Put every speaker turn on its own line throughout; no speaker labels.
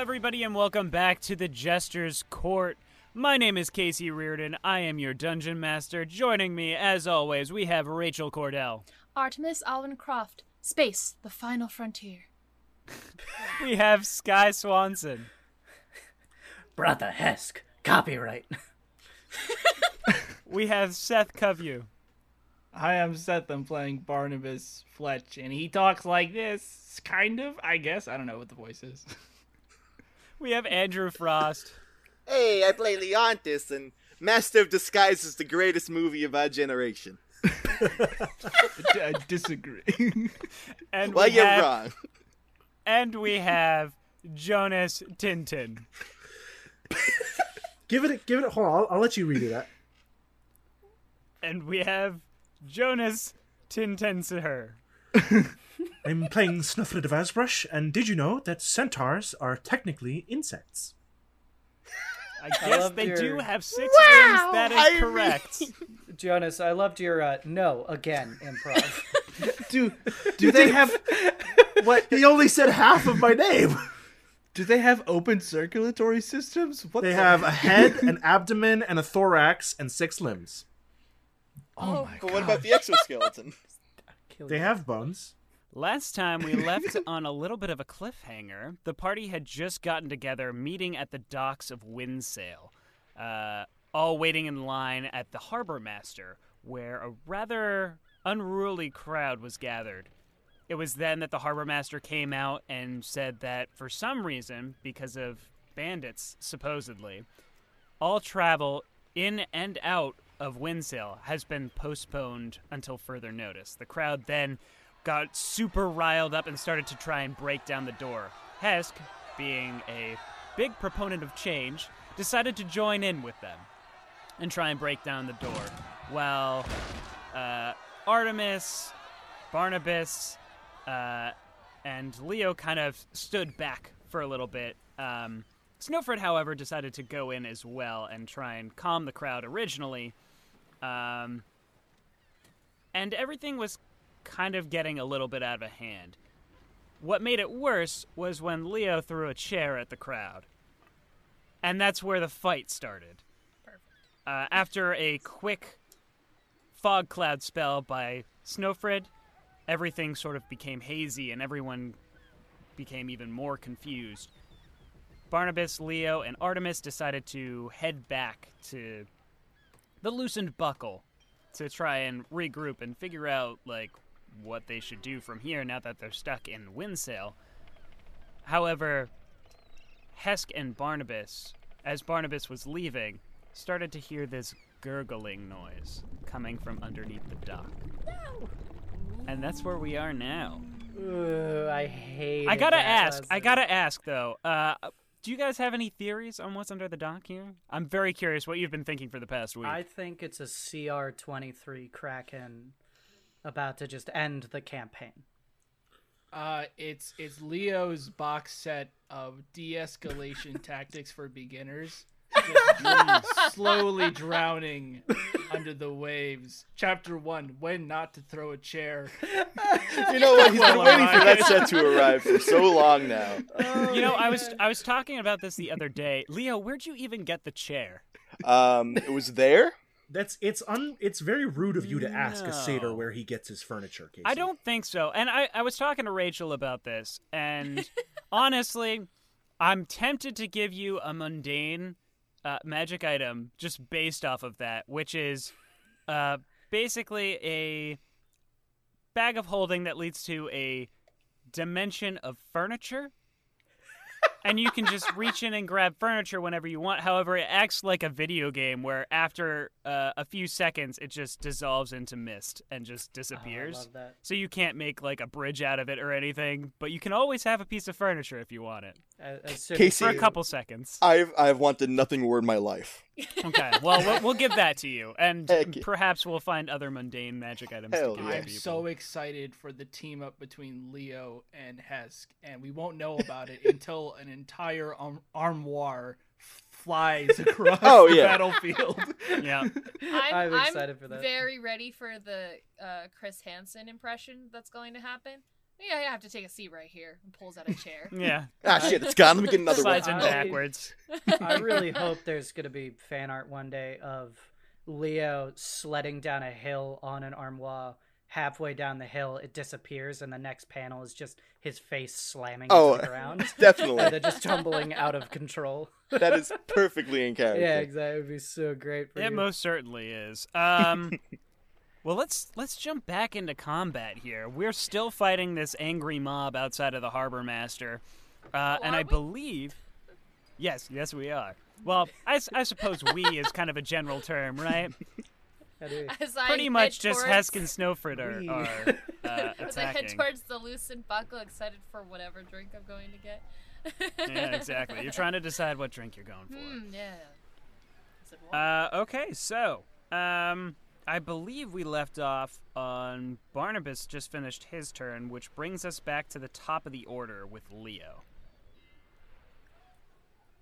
everybody, and welcome back to the Jester's Court. My name is Casey Reardon. I am your dungeon master. Joining me, as always, we have Rachel Cordell.
Artemis Alvin Croft, Space, the Final Frontier.
We have Sky Swanson.
Brother Hesk, copyright.
We have Seth Covew.
Hi, I'm Seth. I'm playing Barnabas Fletch, and he talks like this, kind of, I guess. I don't know what the voice is.
We have Andrew Frost.
Hey, I play Leontis, and Master of Disguise is the greatest movie of our generation.
I disagree.
And
Well,
we
you're
have,
wrong.
And we have Jonas Tintin.
Give it, give it. Hold on, I'll, I'll let you redo that.
And we have Jonas Tintinser.
I'm playing Snuffred of Asbrush, and did you know that centaurs are technically insects?
I
I
guess
love
they
your-
do have six
Wow,
wings. That is
I mean-
correct.
Jonas, I loved your uh, no again improv.
do do they have what
He only said half of my name.
do they have open circulatory systems what
They
the-
have a head, an abdomen, and a thorax, and six limbs.
oh my
But what about the exoskeleton?
They have bones.
Last time we left on a little bit of a cliffhanger. The party had just gotten together, meeting at the docks of Windsail, uh, all waiting in line at the harbor master, where a rather unruly crowd was gathered. It was then that the harbor master came out and said that for some reason, because of bandits supposedly, all travel in and out of Windsail has been postponed until further notice. The crowd then got super riled up and started to try and break down the door. Hesk, being a big proponent of change, decided to join in with them and try and break down the door. While uh, Artemis, Barnabas, uh, and Leo kind of stood back for a little bit. Um, Snowford, however, decided to go in as well and try and calm the crowd originally. Um, and everything was kind of getting a little bit out of hand. What made it worse was when Leo threw a chair at the crowd. And that's where the fight started. Uh, after a quick fog cloud spell by Snowfred, everything sort of became hazy and everyone became even more confused. Barnabas, Leo, and Artemis decided to head back to the loosened buckle to try and regroup and figure out like what they should do from here now that they're stuck in Windsail. However, Hesk and Barnabas, as Barnabas was leaving, started to hear this gurgling noise coming from underneath the dock. And that's where we are now.
Ooh, I hate.
I gotta ask. I gotta ask though. Uh, do you guys have any theories on what's under the dock here? I'm very curious what you've been thinking for the past week.
I think it's a CR23 Kraken about to just end the campaign.
uh, it's it's Leo's box set of de-escalation tactics for beginners. Just slowly drowning under the waves. Chapter one: When not to throw a chair.
You know what? He's been
Well,
waiting for
alright.
that set to arrive for so long now.
you know, I was I was talking about this the other day. Leo, where'd you even get the chair?
Um, it was there.
That's it's un. It's very rude of you to ask
No.
a satyr where he gets his furniture. Casey.
I don't think so. And I, I was talking to Rachel about this, and honestly, I'm tempted to give you a mundane uh, magic item just based off of that, which is uh, basically a bag of holding that leads to a dimension of furniture. and you can just reach in and grab furniture whenever you want. However, it acts like a video game where after uh, a few seconds, it just dissolves into mist and just
Oh, I
disappears.
love that.
So you can't make like a bridge out of it or anything, but you can always have a piece of furniture if you want it
A- as soon as
Casey-
for a
you-
couple seconds.
I've I've wanted nothing more in my life.
Okay, well we'll, we'll give that to you, and
Heck yeah.
perhaps we'll find other mundane magic items
Hell
to give
yeah.
to
I'm
people.
so excited for the team up between Leo and Hesk, and we won't know about it until an entire arm- armoire flies across
Oh,
the
yeah.
battlefield.
Yeah.
I'm,
I'm excited for that.
very ready for the uh, Chris Hansen impression that's going to happen. Yeah, I have to take a seat right here. And pulls out a chair.
Yeah,
Ah, shit, it's gone. Let me get another one.
slides in
I-
backwards.
I really hope there's going to be fan art one day of Leo sledding down a hill on an armoire. Halfway down the hill, it disappears, and the next panel is just his face slamming
Oh.
into the ground. and
Definitely.
they're just tumbling out of control.
that is perfectly in character.
Yeah, exactly. It would be so great for
It
you.
most certainly is. Um, well, let's let's jump back into combat here. We're still fighting this angry mob outside of the harbor master, uh, and
Oh, are
I
we?
believe, yes, yes, we are. Well, I, s- I suppose "we" is kind of a general term, right?
How do we-
As I
Pretty
head
much just
towards-
Hesk and Snowford
We.
are, are uh,
As I head
attacking.
towards the loosened buckle, excited for whatever drink I'm going to get.
Yeah, exactly. You're trying to decide what drink you're going for.
Hmm, yeah. Is it water?
Uh, okay, so um, I believe we left off on Barnabas just finished his turn, which brings us back to the top of the order with Leo.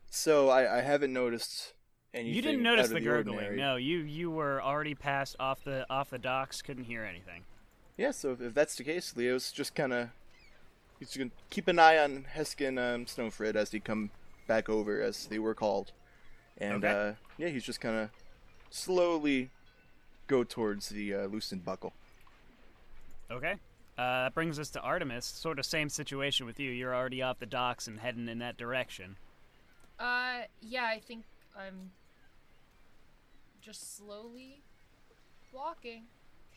So I, I haven't noticed anything.
you didn't notice
out of
the,
the,
gurgling.
ordinary.
No, you you were already passed off the off the docks, couldn't hear anything.
Yeah, so if, if that's the case, Leo's just kind of he's gonna keep an eye on Heskin um, Snowfred as they come back over as they were called, and
Okay.
uh, yeah, he's just kind of slowly go towards the uh, loosened buckle.
Okay. Uh, that brings us to Artemis. Sort of same situation with you. You're already off the docks and heading in that direction.
Uh, yeah, I think I'm just slowly walking,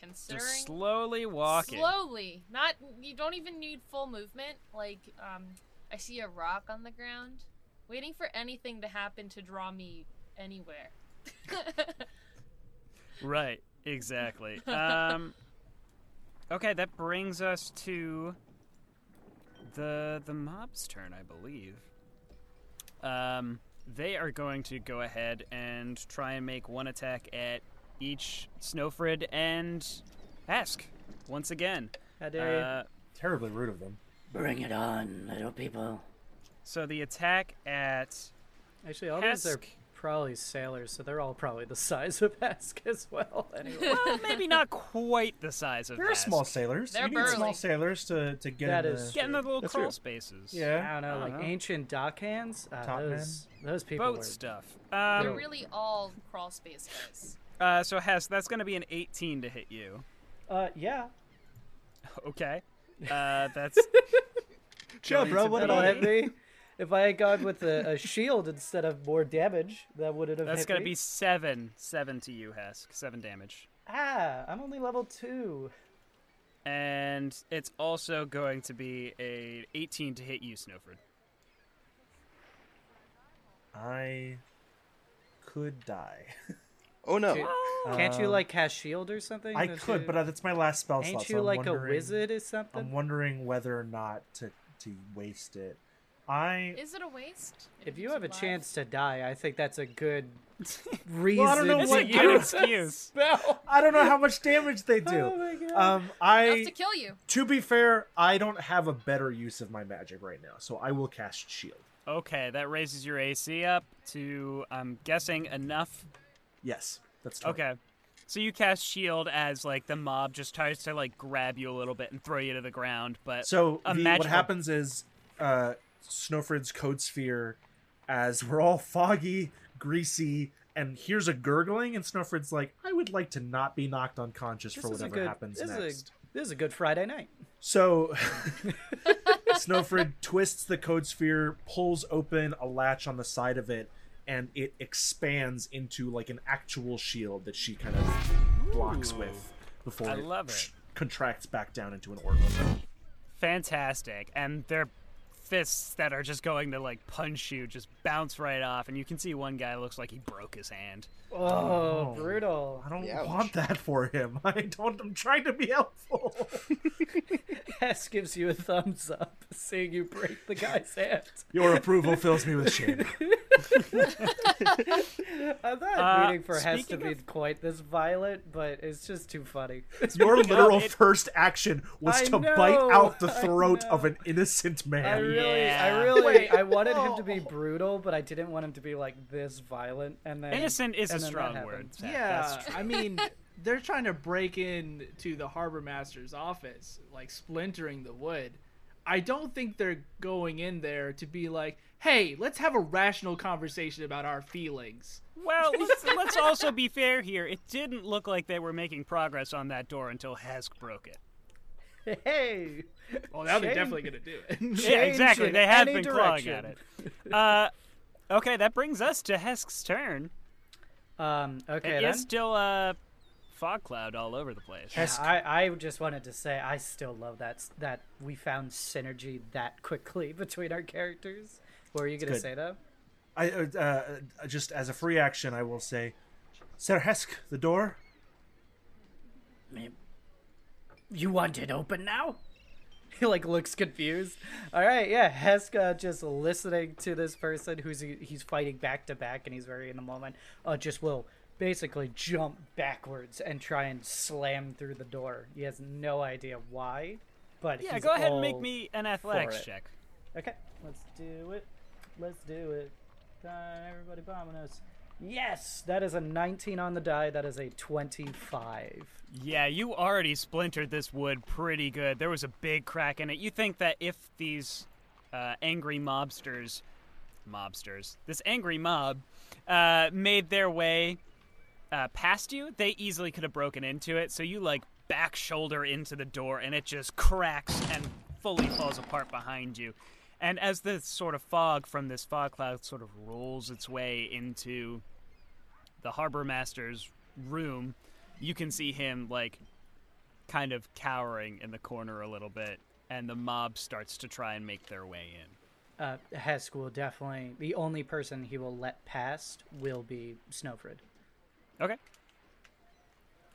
considering
Just slowly walking.
slowly. Not you don't even need full movement. Like um, I see a rock on the ground, waiting for anything to happen to draw me anywhere.
Right, exactly. Um, okay, that brings us to the the mob's turn, I believe. Um, they are going to go ahead and try and make one attack at each Snowfred and Ask once again.
How do you-
Uh,
Terribly rude of them.
Bring it on, little people.
so the attack at
Actually, all these are
Hesk.
probably sailors, so they're all probably the size of Ask as well. Anyway,
well, maybe not quite the size of
There are
Ask.
small sailors.
They're
you need small
burly.
sailors to, to get
That
in
is-
the...
Get in the little
That's
crawl
true.
spaces.
I
Yeah.
don't know,
I
like
dunno.
ancient dock hands. Ah,
Top men.
those, those people
Boat
were
stuff. Um,
They're really all crawl space guys.
Uh, so Hess, that's going to be an 18 to hit you.
Uh, yeah.
Okay. Uh, that's
Chill, bro. What
That'll
about
hit
it?
me. If I had gone with a, a shield instead of more damage, that would have
that's
hit
going to
me.
be seven, seven to you, Hess, seven damage,
Ah, I'm only level two.
and it's also going to be a 18 to hit you, Snowford.
I could die.
Oh no!
Dude, Can't you
Um,
like cast shield or something?
I
Don't
could,
you-
but uh, that's my last spell slot.
ain't
so
you
I'm
like a
wondering-
wizard or something?
I'm wondering whether or not to to waste it. I
Is it a waste?
if
It
you
is
have a
alive.
chance to die, I think that's a good reason.
know
to
That's a
what
use
good
you-
Oh that
excuse.
spell.
I don't know how much damage they
Oh
do.
my god.
um,
enough to
I
kill you.
to be fair, I don't have a better use of my magic right now, so I will cast shield.
Okay, that raises your AC up to, I'm guessing, enough.
Yes, that's 20.
Okay. So you cast shield as like the mob just tries to like grab you a little bit and throw you to the ground, but
So
a
the- what
magical-
happens is uh, Snowfred's code sphere, as we're all foggy, greasy, and here's a gurgling, and Snowfred's like, "I would like to not be knocked unconscious
This
for
is a
whatever
good.
happens
this,
next."
Is a, this is a good Friday night.
So Snowfred twists the code sphere, pulls open a latch on the side of it, and it expands into like an actual shield that she kind of blocks with before
I love it.
contracts back down into an orb.
fantastic and their fists that are just going to like punch you just bounce right off and you can see one guy looks like he broke his hand
Oh, brutal.
I don't
Ouch.
want that for him. I don't I'm trying to be helpful.
Hess gives you a thumbs up, seeing you break the guy's hand.
Your approval fills me with shame.
I'm not
Uh,
waiting for Hess to
speaking
be quite this violent, but it's just too funny.
Your literal
it-
first action was
I
to bite
know,
out the
I
throat of
know.
an innocent
I
man.
really,
Yeah.
I really, I wanted him to be brutal, but I didn't want him to be like this violent. And then
innocent is
and
a
then that
strong
happened.
word Zach.
Yeah,
That's
I mean, they're trying to break in to the harbor master's office, like splintering the wood. I don't think they're going in there to be like, "Hey, let's have a rational conversation about our feelings."
Well, let's, let's also be fair here. It didn't look like they were making progress on that door until Hesk broke it.
Hey,
Well, Oh, now they're
Shame.
definitely gonna do it.
Yeah,
Change
exactly.
in
They have
any
been clawing at
direction.
it. Uh, okay, that brings us to Hesk's turn.
um, okay.
It
then.
is still uh, fog cloud all over the place.
Yeah,
Hesk.
I, I just wanted to say I still love that s- that we found synergy that quickly between our characters. What were you gonna
good.
say though?
I uh, uh, just as a free action, I will say, Sir Hesk, the door.
You want it open now? He like looks confused. All right, yeah, Heska just listening to this person who's he's fighting back to back and he's very in the moment. Uh, just will basically jump backwards and try and slam through the door. He has no idea why, but
Yeah,
he's
go ahead and make
all-
me an athletics
it.
check.
Okay, let's do it. Let's do it. Come on, everybody bombing us. Yes, that is a 19 on the die. That is a 25.
Yeah, you already splintered this wood pretty good. There was a big crack in it. You think that if these uh, angry mobsters, mobsters, this angry mob, uh, made their way uh, past you, they easily could have broken into it. So you like back shoulder into the door, and it just cracks and fully falls apart behind you. And as this sort of fog from this fog cloud sort of rolls its way into the harbor master's room, you can see him like kind of cowering in the corner a little bit and the mob starts to try and make their way in
Uh, Hesk will definitely. The only person he will let past will be Snowfred.
okay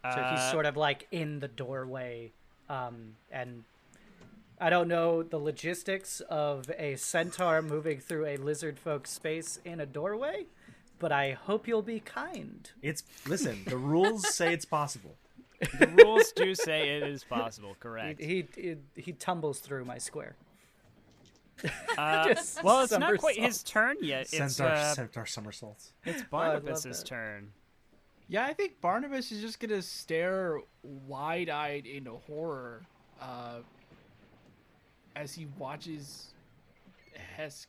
So
Uh,
he's sort of like in the doorway. Um, and I don't know the logistics of a centaur moving through a lizard folk space in a doorway, but I hope you'll be kind.
It's listen. The rules say it's possible.
the rules do say it is possible correct
He, he, he tumbles through my square.
Uh,
Just
well it's not quite
somersaults.
his turn yet it's,
Centaur,
uh,
centaur somersaults.
it's
Oh, I love
barnabas's
that.
turn
Yeah, I think Barnabas is just gonna stare wide-eyed into horror uh, as he watches Hesk.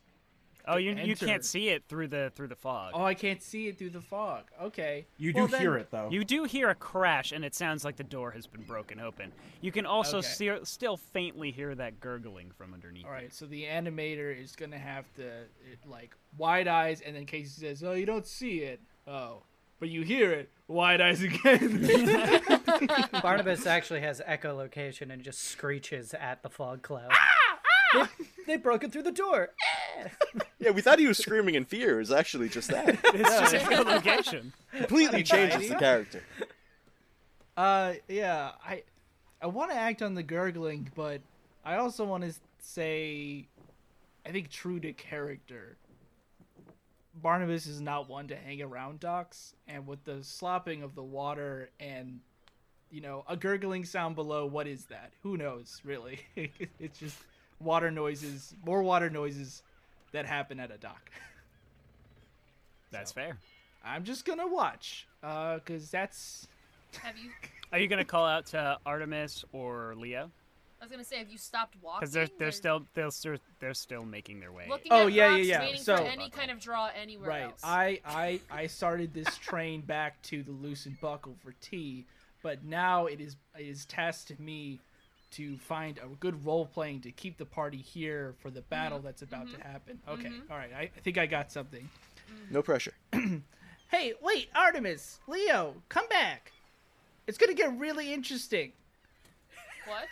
oh you, you
Enter.
can't see it through the through the fog
Oh, I can't see it through the fog. Okay,
You do
Well, then-
hear it though.
You do hear a crash, and it sounds like the door has been broken open. You can also
Okay.
see- still faintly hear that gurgling from underneath.
All right, so the animator is gonna have to it, like wide eyes, and then Casey says, "Oh, you don't see it. Oh, but you hear it. Wide eyes again."
Barnabas actually has echolocation and just screeches at the fog cloud.
Ah!
They, they broke it through the door.
Yeah, we thought he was screaming in fear. It was actually just that.
It's just a location.
completely changes the character.
uh, yeah, I, I want to act on the gurgling, but I also want to say, I think true to character. Barnabas is not one to hang around docks, and with the slopping of the water and, you know, a gurgling sound below, what is that? Who knows, really? it's just water noises, more water noises that happen at a dock.
That's fair.
I'm just gonna watch, uh, cause that's
Have you?
Are you gonna call out to Artemis or Leo?
I was gonna say, have you stopped walking?
Because they're they're
or
still they're still they're still making their way.
looking.
Oh,
at
yeah, yeah,
rocks,
yeah.
Waiting
So-
for any kind of draw anywhere
right.
else.
I, I I started this train back to the loosened buckle for tea, but now it is it is tasked to me to find a good role playing to keep the party here for the battle
Mm-hmm.
that's about to happen. Okay, all right. I, I think I got something.
No pressure.
Hey, wait, Artemis, Leo, come back. It's gonna get really interesting.
What?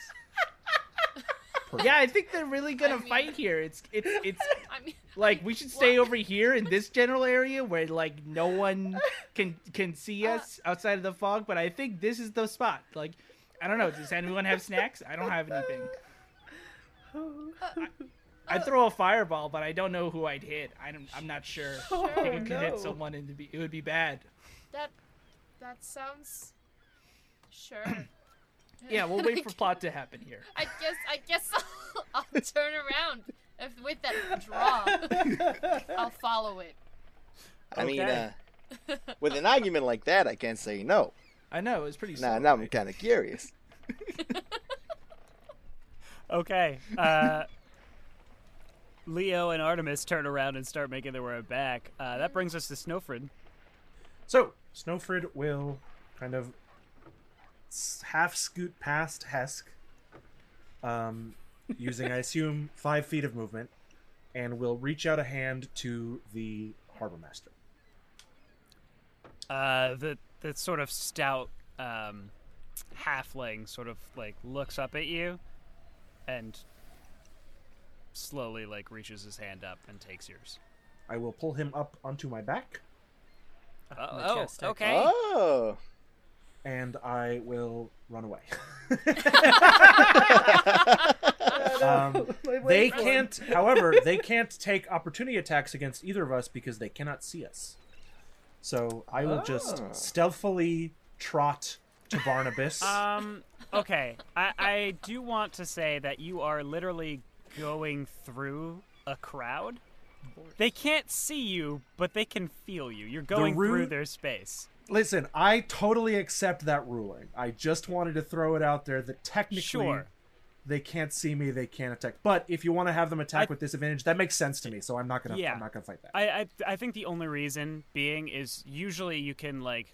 Yeah, I think they're really gonna
mean-
fight here. It's it's it's
I mean,
like we should stay over here in this general area where like no one can can see us outside of the fog but i think this is the spot like i don't know does anyone have snacks i don't have anything I, would throw a fireball but i don't know who i'd hit i'm, I'm not sure
Oh,
it could hit someone and it'd be, it would be bad
that that sounds sure.
yeah we'll wait for plot to happen here
I guess I guess I'll, I'll turn around if, with that draw. I'll follow it.
I mean,
Okay.
uh, with an argument like that, I can't say no.
I know it was pretty.
Nah,
slow,
now I'm
right?
kind of curious.
Okay. Uh, Leo and Artemis turn around and start making their way back. Uh, that brings us to Snowfrid.
So Snowfrid will kind of s- half scoot past Hesk, um, using I assume five feet of movement, and will reach out a hand to the harbor master.
Uh, the the sort of stout um, halfling sort of like looks up at you, and slowly like reaches his hand up and takes yours.
I will pull him up onto my back,
Oh,
Majestic.
oh okay.
Oh,
and I will run away. um,
Wait, wait,
they
hold on.
can't, however, they can't take opportunity attacks against either of us because they cannot see us. So I will just
Ah.
Oh.
stealthily trot to Barnabas.
Um. Okay. I I do want to say that you are literally going through a crowd. They can't see you, but they can feel you. You're going through
root-
their space.
Listen, I totally accept that ruling. I just wanted to throw it out there that technically
Sure.
they can't see me, they can't attack. But if you want to have them attack
I-
with disadvantage, that makes sense to me. So I'm not gonna,
Yeah.
I'm not gonna fight that.
I, I I think the only reason being is usually you can like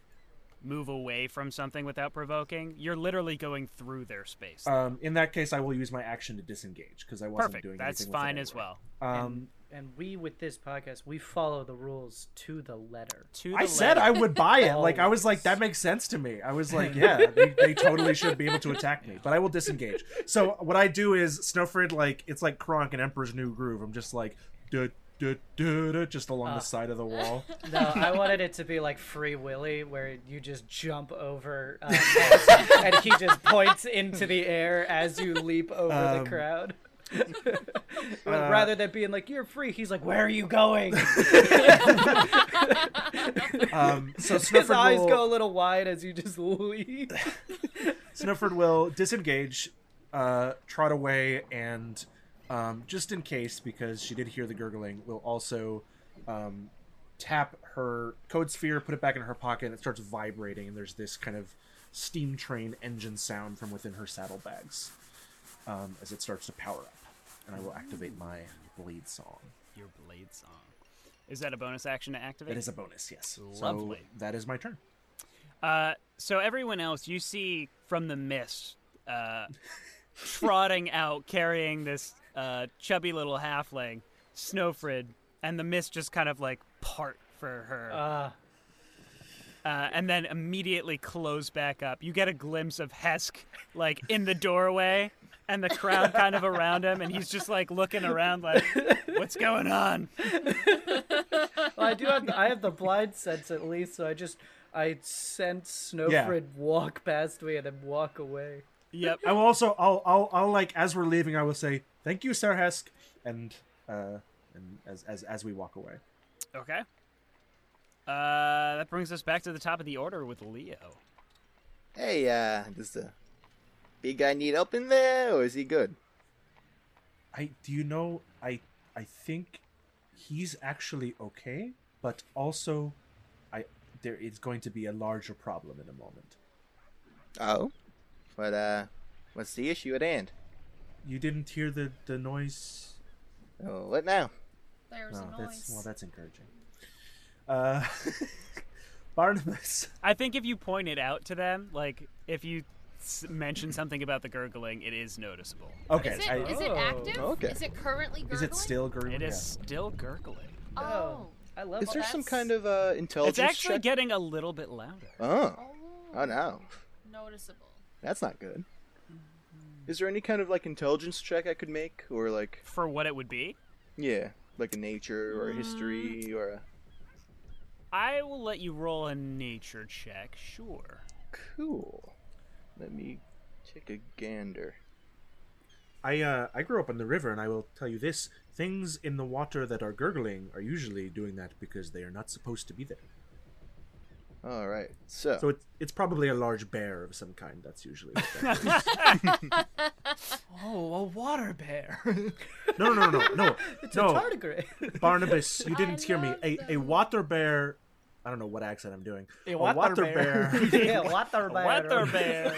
move away from something without provoking. You're literally going through their space.
um, in that case, I will use my action to disengage because I wasn't doing
Perfect. That's
anything with it
fine as
anyway.
well.
Um,
and we with this podcast, we follow the rules to the letter.
To the
I said I
left.
would buy it. Like I was like, that makes sense to me. I was like, yeah, they, they totally should be able to attack me, but I will disengage. So what I do is Snowfred, like it's like Kronk and Emperor's New Groove. I'm just like, duh, duh, duh, duh, just along
Ah.
the side of the wall.
No, I wanted it to be like Free Willy, where you just jump over, uh, Max, and he just points into the air as you leap over
Um, uh,
the crowd. Rather than being like you're free, he's like, "Where are you going?"
Um, so
His
Snowfred
eyes go a
will,
little wide as you just leave.
Snowfred will disengage, uh, trot away, and um, just in case, because she did hear the gurgling, will also um, tap her code sphere, put it back in her pocket, and it starts vibrating, and there's this kind of steam train engine sound from within her saddlebags um, as it starts to power up. And I will activate my blade song.
Your blade song. Is that a bonus action to activate?
That is a bonus, yes.
Lovely.
So that is my turn.
Uh, so everyone else, you see from the mist, uh, trotting out, carrying this uh, chubby little halfling, Snowfrid, and the mist just kind of like part for her, uh,
Uh,
and then immediately close back up. You get a glimpse of Hesk like in the doorway, and the crowd kind of around him, and he's just like looking around, like, "What's going on?"
well, I do have I have the blind sense at least, so I just I sense Snowfred walk past me and then walk away.
Yep.
I will also I'll I'll I'll like as we're leaving I will say thank you Sir Hesk and uh and as as as we walk away.
Okay. Uh, that brings us back to the top of the order with Leo.
hey, uh, does the big guy need help in there, or is he good?
I do you know I I think he's actually okay, but also I there is going to be a larger problem in a moment.
Oh, but uh, what's the issue at hand?
You didn't hear the the noise? Oh,
Oh, what now?
There was a
that's well
noise.
that's encouraging. Uh Barnabas.
I think if you point it out to them, like if you s- mention something about the gurgling, it is noticeable.
Okay.
Is it,
I-
is it active?
okay.
Is it currently gurgling?
is it still gurgling?
It is
Yeah.
still gurgling.
Oh.
I love
Is
Well,
there some
that's-
kind of uh intelligence
It's actually
check?
getting a little bit louder.
oh,
Oh.
oh no,
Noticeable.
that's not good. Is there any kind of like intelligence check I could make, or like
For what it would be,
yeah, like a nature or a history
Mm.
or a
I will let you roll a nature check, sure.
cool? Let me take a gander.
I uh, I grew up on the river, and I will tell you this: things in the water that are gurgling are usually doing that because they are not supposed to be there.
All right, so,
So it's it's probably a large bear of some kind. That's usually what that is.
Oh, a water bear.
no no no no no
It's a
no
tardigrade.
Barnabas, you
I
didn't hear me.
love
A a
them.
water bear I don't know what accent I'm doing.
A
A
water
water
bear.
yeah, water bear.
Weather bear.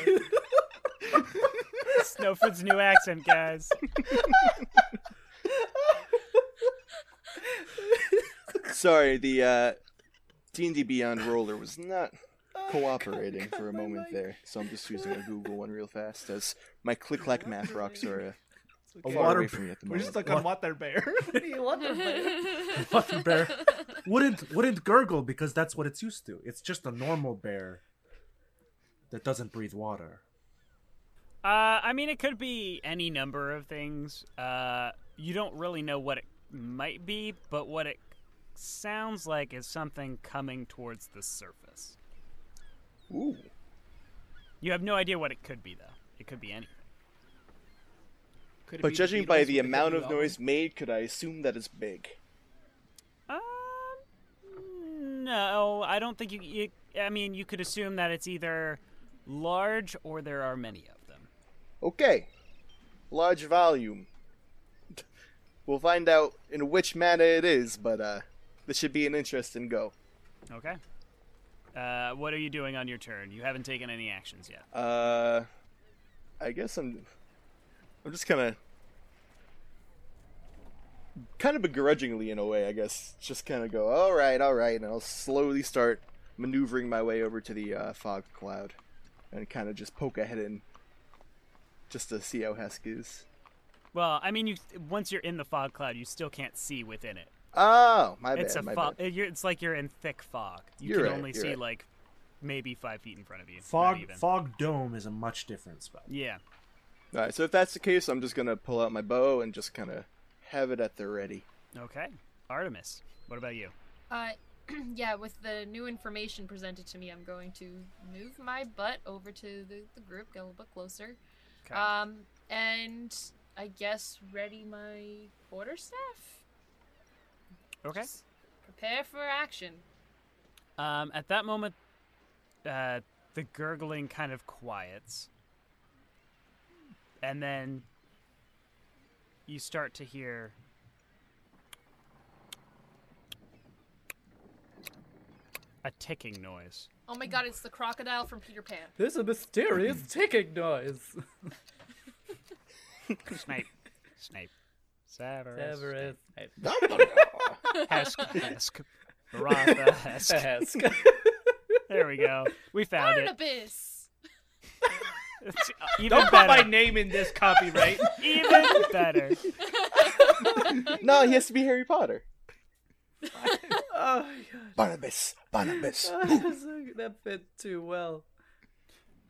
Snowford's new accent, guys.
Sorry, the uh, D&D Beyond roller was not cooperating for a moment there, so I'm just using a Google one real fast as my click clack math rocks are uh,
A
far
water
away
bear.
from me at the
We're
moment.
just like on water bear.
Water bear.
Water bear wouldn't wouldn't gurgle because that's what it's used to. It's just a normal bear that doesn't breathe water.
Uh, I mean, it could be any number of things. Uh, you don't really know what it might be, but what it sounds like is something coming towards the surface.
Ooh.
You have no idea what it could be, though. It could be anything.
Could it
But
be
judging by
Beatles
the
with
amount
W
of
album?
noise made, could I assume that it's big?
Um, no, I don't think you, you. I mean, you could assume that it's either large or there are many of them.
Okay. Large volume. We'll find out in which manner it is, but uh, this should be an interesting go.
Okay. Uh, what are you doing on your turn? You haven't taken any actions yet.
Uh, I guess I'm. I'm just kind of. Kind of begrudgingly, in a way, I guess. Just kind of go, all right, all right, and I'll slowly start maneuvering my way over to the uh, fog cloud, and kind of just poke ahead in, just to see how Hesk is.
Well, I mean, you once you're in the fog cloud, you still can't see within it.
Oh, my bad.
it's a
my
fog.
bad.
You're, it's like you're in thick fog. You
You're
can
right,
only
you're
see
right.
like maybe five feet in front of you. not
Fog
even.
fog dome is a much different spell.
Yeah.
All right, so if that's the case, I'm just gonna pull out my bow and just kind of have it at the ready.
Okay. Artemis, what about you?
Uh, yeah, with the new information presented to me, I'm going to move my butt over to the, the group, get a little bit closer.
Okay.
Um, and I guess ready my quarterstaff.
okay.
Just prepare for action.
Um, at that moment, uh, the gurgling kind of quiets, and then you start to hear. A ticking noise.
Oh my god, it's the crocodile from Peter Pan.
There's a mysterious ticking noise.
Snape. Snape. Severus.
Everest.
Hesk. Hesk. Baratha. Hesk. There we go. We found it.
Barnabas!
It's even
Don't put my
better.
name in this copyright.
Even better.
no, he has to be Harry Potter.
oh,
Barnabas, Barnabas.
God. that fit too well.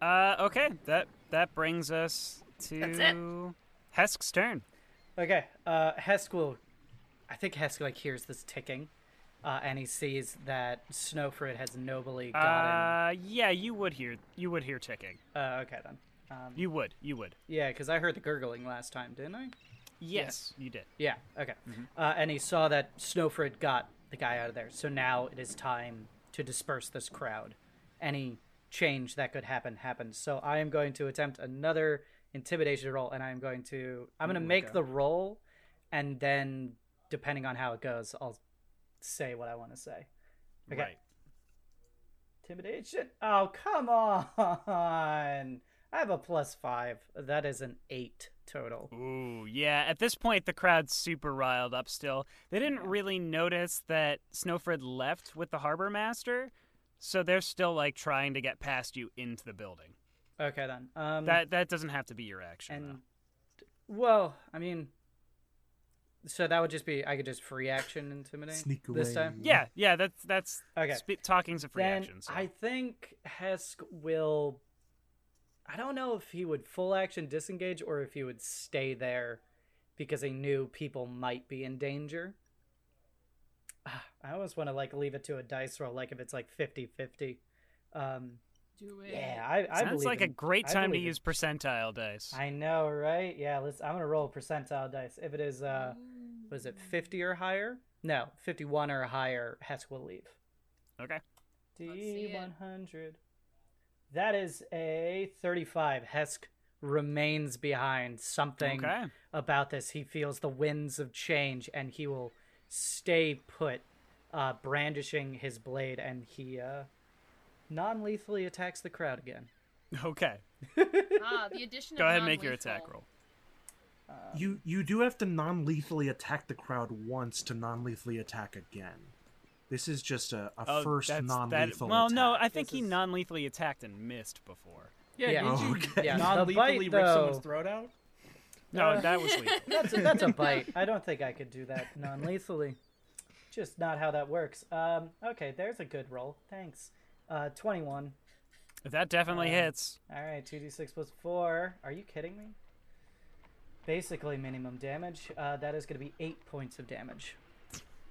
Uh, okay, that that brings us to Hesk's turn.
Okay, uh, Hesk will. I think Hesk like hears this ticking, uh, and he sees that Snowfrid has nobly gotten.
Uh, yeah, you would hear you would hear ticking.
Uh, okay then. Um,
You would, you would.
yeah, because I heard the gurgling last time, didn't I?
Yes, you did.
Yeah. Okay. Uh, and he saw that Snowfrid got the guy out of there, so now it is time to disperse this crowd. Any change that could happen happens. So I am going to attempt another intimidation roll, and I am going to I'm going to make the roll, and then depending on how it goes, I'll say what I want to say. Okay.
Right.
Intimidation. Oh come on! I have a plus five. That is an eight total.
Ooh, yeah. At this point, the crowd's super riled up. Still, they didn't really notice that Snowfred left with the harbor master, so they're still like trying to get past you into the building.
Okay then. Um,
That that doesn't have to be your action.
and
though.
well, I mean, so that would just be I could just free action intimidate
Sneak
this
away.
time.
Yeah, yeah. That's that's
Okay.
spe- talking's a free
then
action. So.
I think Hesk will. I don't know if he would full action disengage or if he would stay there because he knew people might be in danger. Ah, I always want to like leave it to a dice roll, like if it's like 50-50. Um,
Do it.
yeah, I, I
Sounds
believe
like a
in-
great
I
time to
believe in-
use percentile dice.
I know, right? Yeah, let's. I'm gonna roll percentile dice. If it is, uh, was it 50 or higher? No, 51 or higher. Hesk will leave.
Okay.
Let's see it.
D100. That is a 35. Hesk remains behind. Something
Okay.
about this, he feels the winds of change, and he will stay put uh, brandishing his blade, and he uh, non-lethally attacks the crowd again.
Okay.
Ah, the addition of
Go ahead and make your
non-lethal.
attack roll.
You you do have to non-lethally attack the crowd once to non-lethally attack again. This is just a, a
Oh,
first
that's- that-
non-lethal.
well, no,
attack.
I think
This
he
is-
non-lethally attacked and missed before.
Yeah,
Yeah.
did you
Okay.
Yeah, the
non-lethally
bite,
rip
though-
someone's throat out?
Uh.
No, that was lethal.
That's a, that's a bite. I don't think I could do that non-lethally. Just not how that works. Um, okay, there's a good roll. Thanks. Uh, Twenty-one.
That definitely
Uh,
hits.
All right, two d six plus four. Are you kidding me? Basically minimum damage. Uh, that is going to be eight points of damage.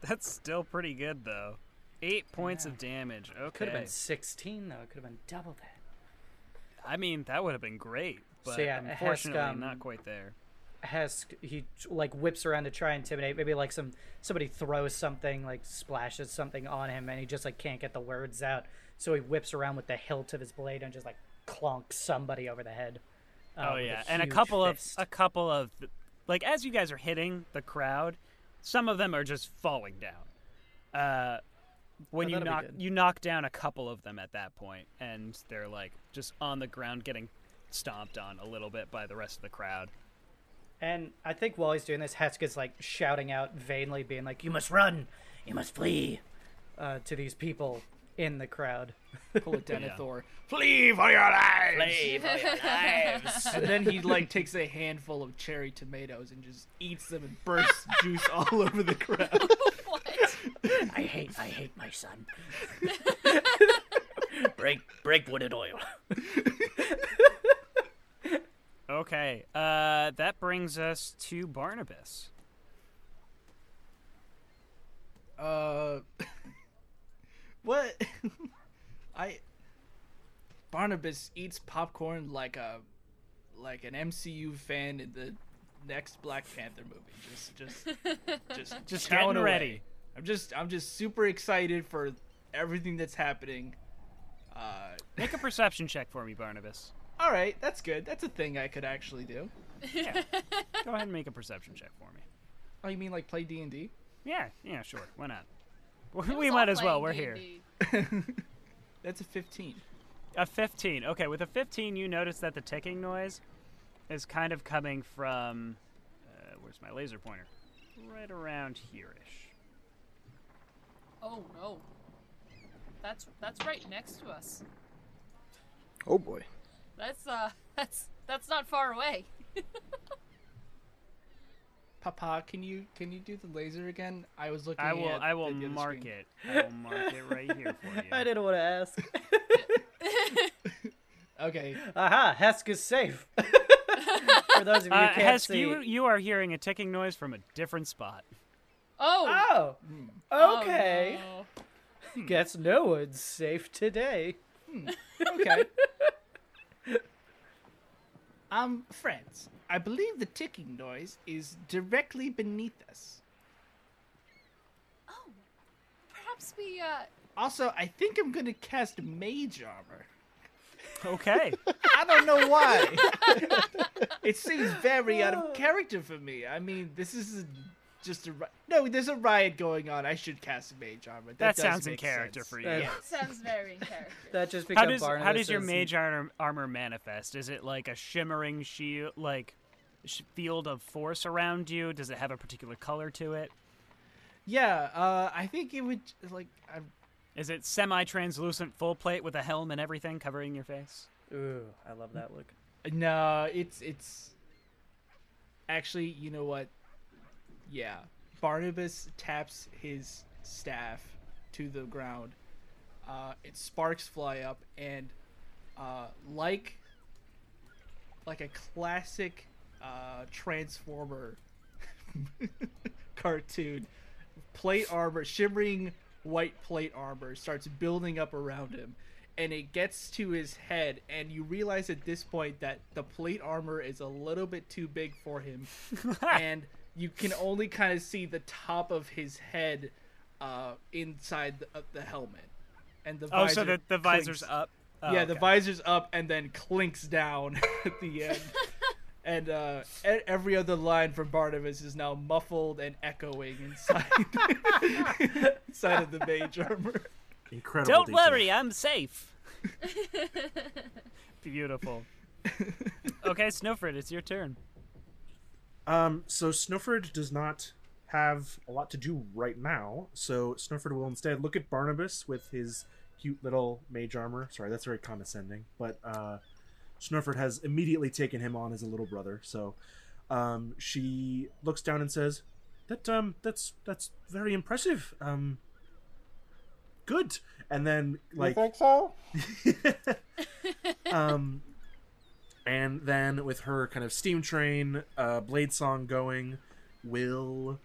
That's still pretty good though. Eight points of damage. Okay.
Could have been sixteen though. It could have been double that.
I mean, that would have been great,
So,
but
yeah, Hesk,
unfortunately,
um,
not quite there.
Hesk he like whips around to try and intimidate. Maybe like some somebody throws something, like splashes something on him, and he just like can't get the words out. So he whips around with the hilt of his blade and just like clonks somebody over the head. uh,
Oh
with
yeah, and a
huge
couple
fist.
of a couple of th- like as you guys are hitting the crowd, some of them are just falling down. Uh, when
Oh,
you
that'll be
knock
good.
you knock down a couple of them at that point, and they're like just on the ground getting stomped on a little bit by the rest of the crowd.
And I think while he's doing this, Hesk is like shouting out vainly, being like, "You must run, you must flee," uh, to these people in the crowd.
Pull a Denethor.
Flee for your lives!
And then he like takes a handful of cherry tomatoes and just eats them and bursts juice all over the crowd.
what?
I hate, I hate my son.
Break, break wood and oil.
Okay, uh, that brings us to Barnabas.
Uh, what? I Barnabas eats popcorn like a like an MCU fan in the next Black Panther movie. Just, just, just,
Just
chowing
getting
away.
ready.
I'm just, I'm just super excited for everything that's happening. Uh,
Make a perception check for me, Barnabas.
all right, that's good. That's a thing I could actually do.
Go ahead and make a perception check for me.
Oh, you mean like play D and D?
Yeah, yeah, sure. Why not?
It
We
was
might
all
as well.
playing
We're here.
D&D.
That's a 15.
A 15. Okay, with a 15, you notice that the ticking noise is kind of coming from. Uh, where's my laser pointer? Right around here ish.
Oh no. That's that's right next to us.
Oh boy.
That's uh that's that's not far away.
Papa, can you can you do the laser again? I was looking.
I will.
At
I will
the other
mark
screen.
it. I will mark it right here for you.
I didn't want to ask.
Okay.
Aha, Hesk is safe. For those of you who
Uh,
can't
Hesk,
see.
you you are hearing a ticking noise from a different spot.
Oh.
Oh,
oh,
okay.
no.
Guess no one's safe today.
Okay. um, friends, I believe the ticking noise is directly beneath us.
Oh. Perhaps we uh
Also, I think I'm gonna cast mage armor.
Okay.
I don't know why. it seems very out of character for me. I mean, this is a- just a ri- no. There's a riot going on. I should cast mage armor. That,
that
does
sounds in
make
character
sense.
for you.
That-
Yeah.
that sounds very in character.
That just
How
becomes
does how does your
Barnabas's-
mage armor, armor manifest? Is it like a shimmering shield, like sh- field of force around you? Does it have a particular color to it?
Yeah, uh, I think it would like I,
Is it semi-translucent full plate with a helm and everything covering your face?
Ooh, I love that look.
No, it's it's actually, you know what? Yeah. Barnabas taps his staff to the ground. Uh, its sparks fly up and uh, like like a classic uh, transformer cartoon plate armor shimmering white plate armor starts building up around him and it gets to his head and you realize at this point that the plate armor is a little bit too big for him and you can only kind of see the top of his head uh, inside the, of the helmet and the
Oh,
visor
so the, the
clinks-
visor's up. Oh,
yeah the
okay.
visor's up and then clinks down at the end and uh, e- every other line from Barnabas is now muffled and echoing inside inside of the mage armor.
Incredible.
Don't
detail.
worry, I'm safe. Beautiful. Okay, Snowfred, it's your turn.
Um, so Snowford does not have a lot to do right now, so Snowford will instead look at Barnabas with his cute little mage armor. Sorry, that's very condescending, but uh, Snowford has immediately taken him on as a little brother. So um, she looks down and says, "That um, that's that's very impressive. Um, good." And then
you
like
think so?
um, and then with her kind of steam train, uh, blade song going, will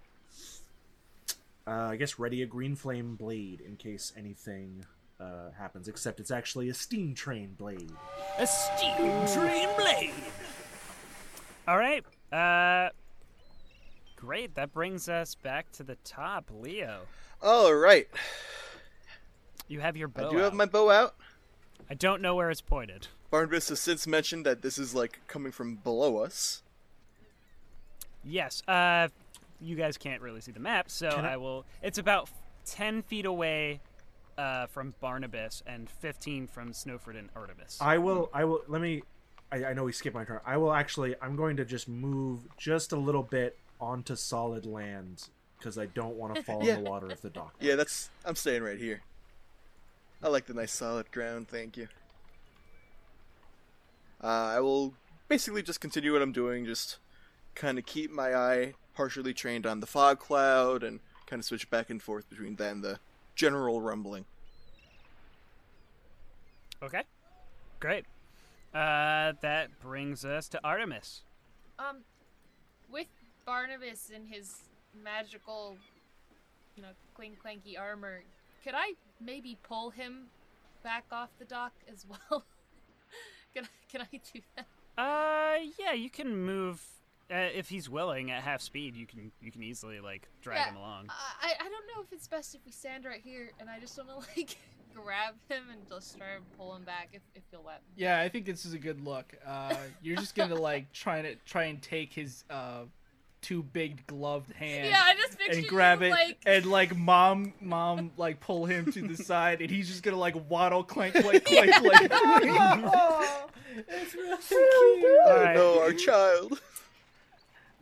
uh, I guess ready a green flame blade in case anything uh, happens. Except it's actually a steam train blade.
A steam dream blade. All right. Uh, great. That brings us back to the top, Leo.
All right,
You have your bow.
I do have
out.
my bow out.
I don't know where it's pointed.
Barnabas has since mentioned that this is like coming from below us.
Yes. Uh, you guys can't really see the map, so
Can I-
I... will. It's about ten feet away uh, from Barnabas and fifteen from Snowford and Artemis.
I will. I will. Let me. I, I know we skipped my turn. I will actually. I'm going to just move just a little bit onto solid land because I don't want to fall
Yeah.
in the water if the dock.
Yeah, that's. I'm staying right here. I like the nice solid ground. Thank you. Uh, I will basically just continue what I'm doing. Just kind of keep my eye partially trained on the fog cloud and kind of switch back and forth between that and the general rumbling.
Okay. Great. Uh, that brings us to Artemis.
Um, with Barnabas and his magical, you know, clink clanky armor, could I maybe pull him back off the dock as well? can I, can I do that?
Uh, yeah, you can move uh, if he's willing at half speed. You can you can easily like drag
Yeah.
him along.
I I don't know if it's best if we stand right here, and I just want to like grab him and just try and pull him back if if you'll let.
Yeah, I think this is a good look. Uh, you're just gonna like try to try and take his uh, two big gloved hands.
yeah, I just picture
and grab
you,
it
like
and like mom mom like pull him to the side and he's just gonna like waddle clank clank clank clank
oh, it's really cute.
Oh
Alright.
no, our child!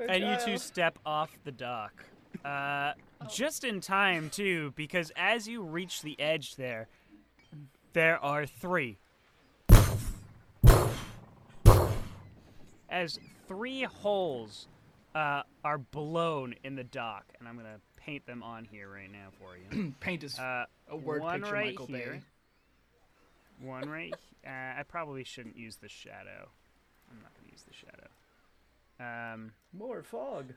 and
uh,
you two step off the dock. Uh, just in time too, because as you reach the edge there, there are three. As three holes uh, are blown in the dock, and I'm gonna paint them on here right now for you.
paint is
Uh,
a word
one
picture
right
michael
here.
bay
One right. Uh, I probably shouldn't use the shadow. I'm not gonna use the shadow. Um,
More fog.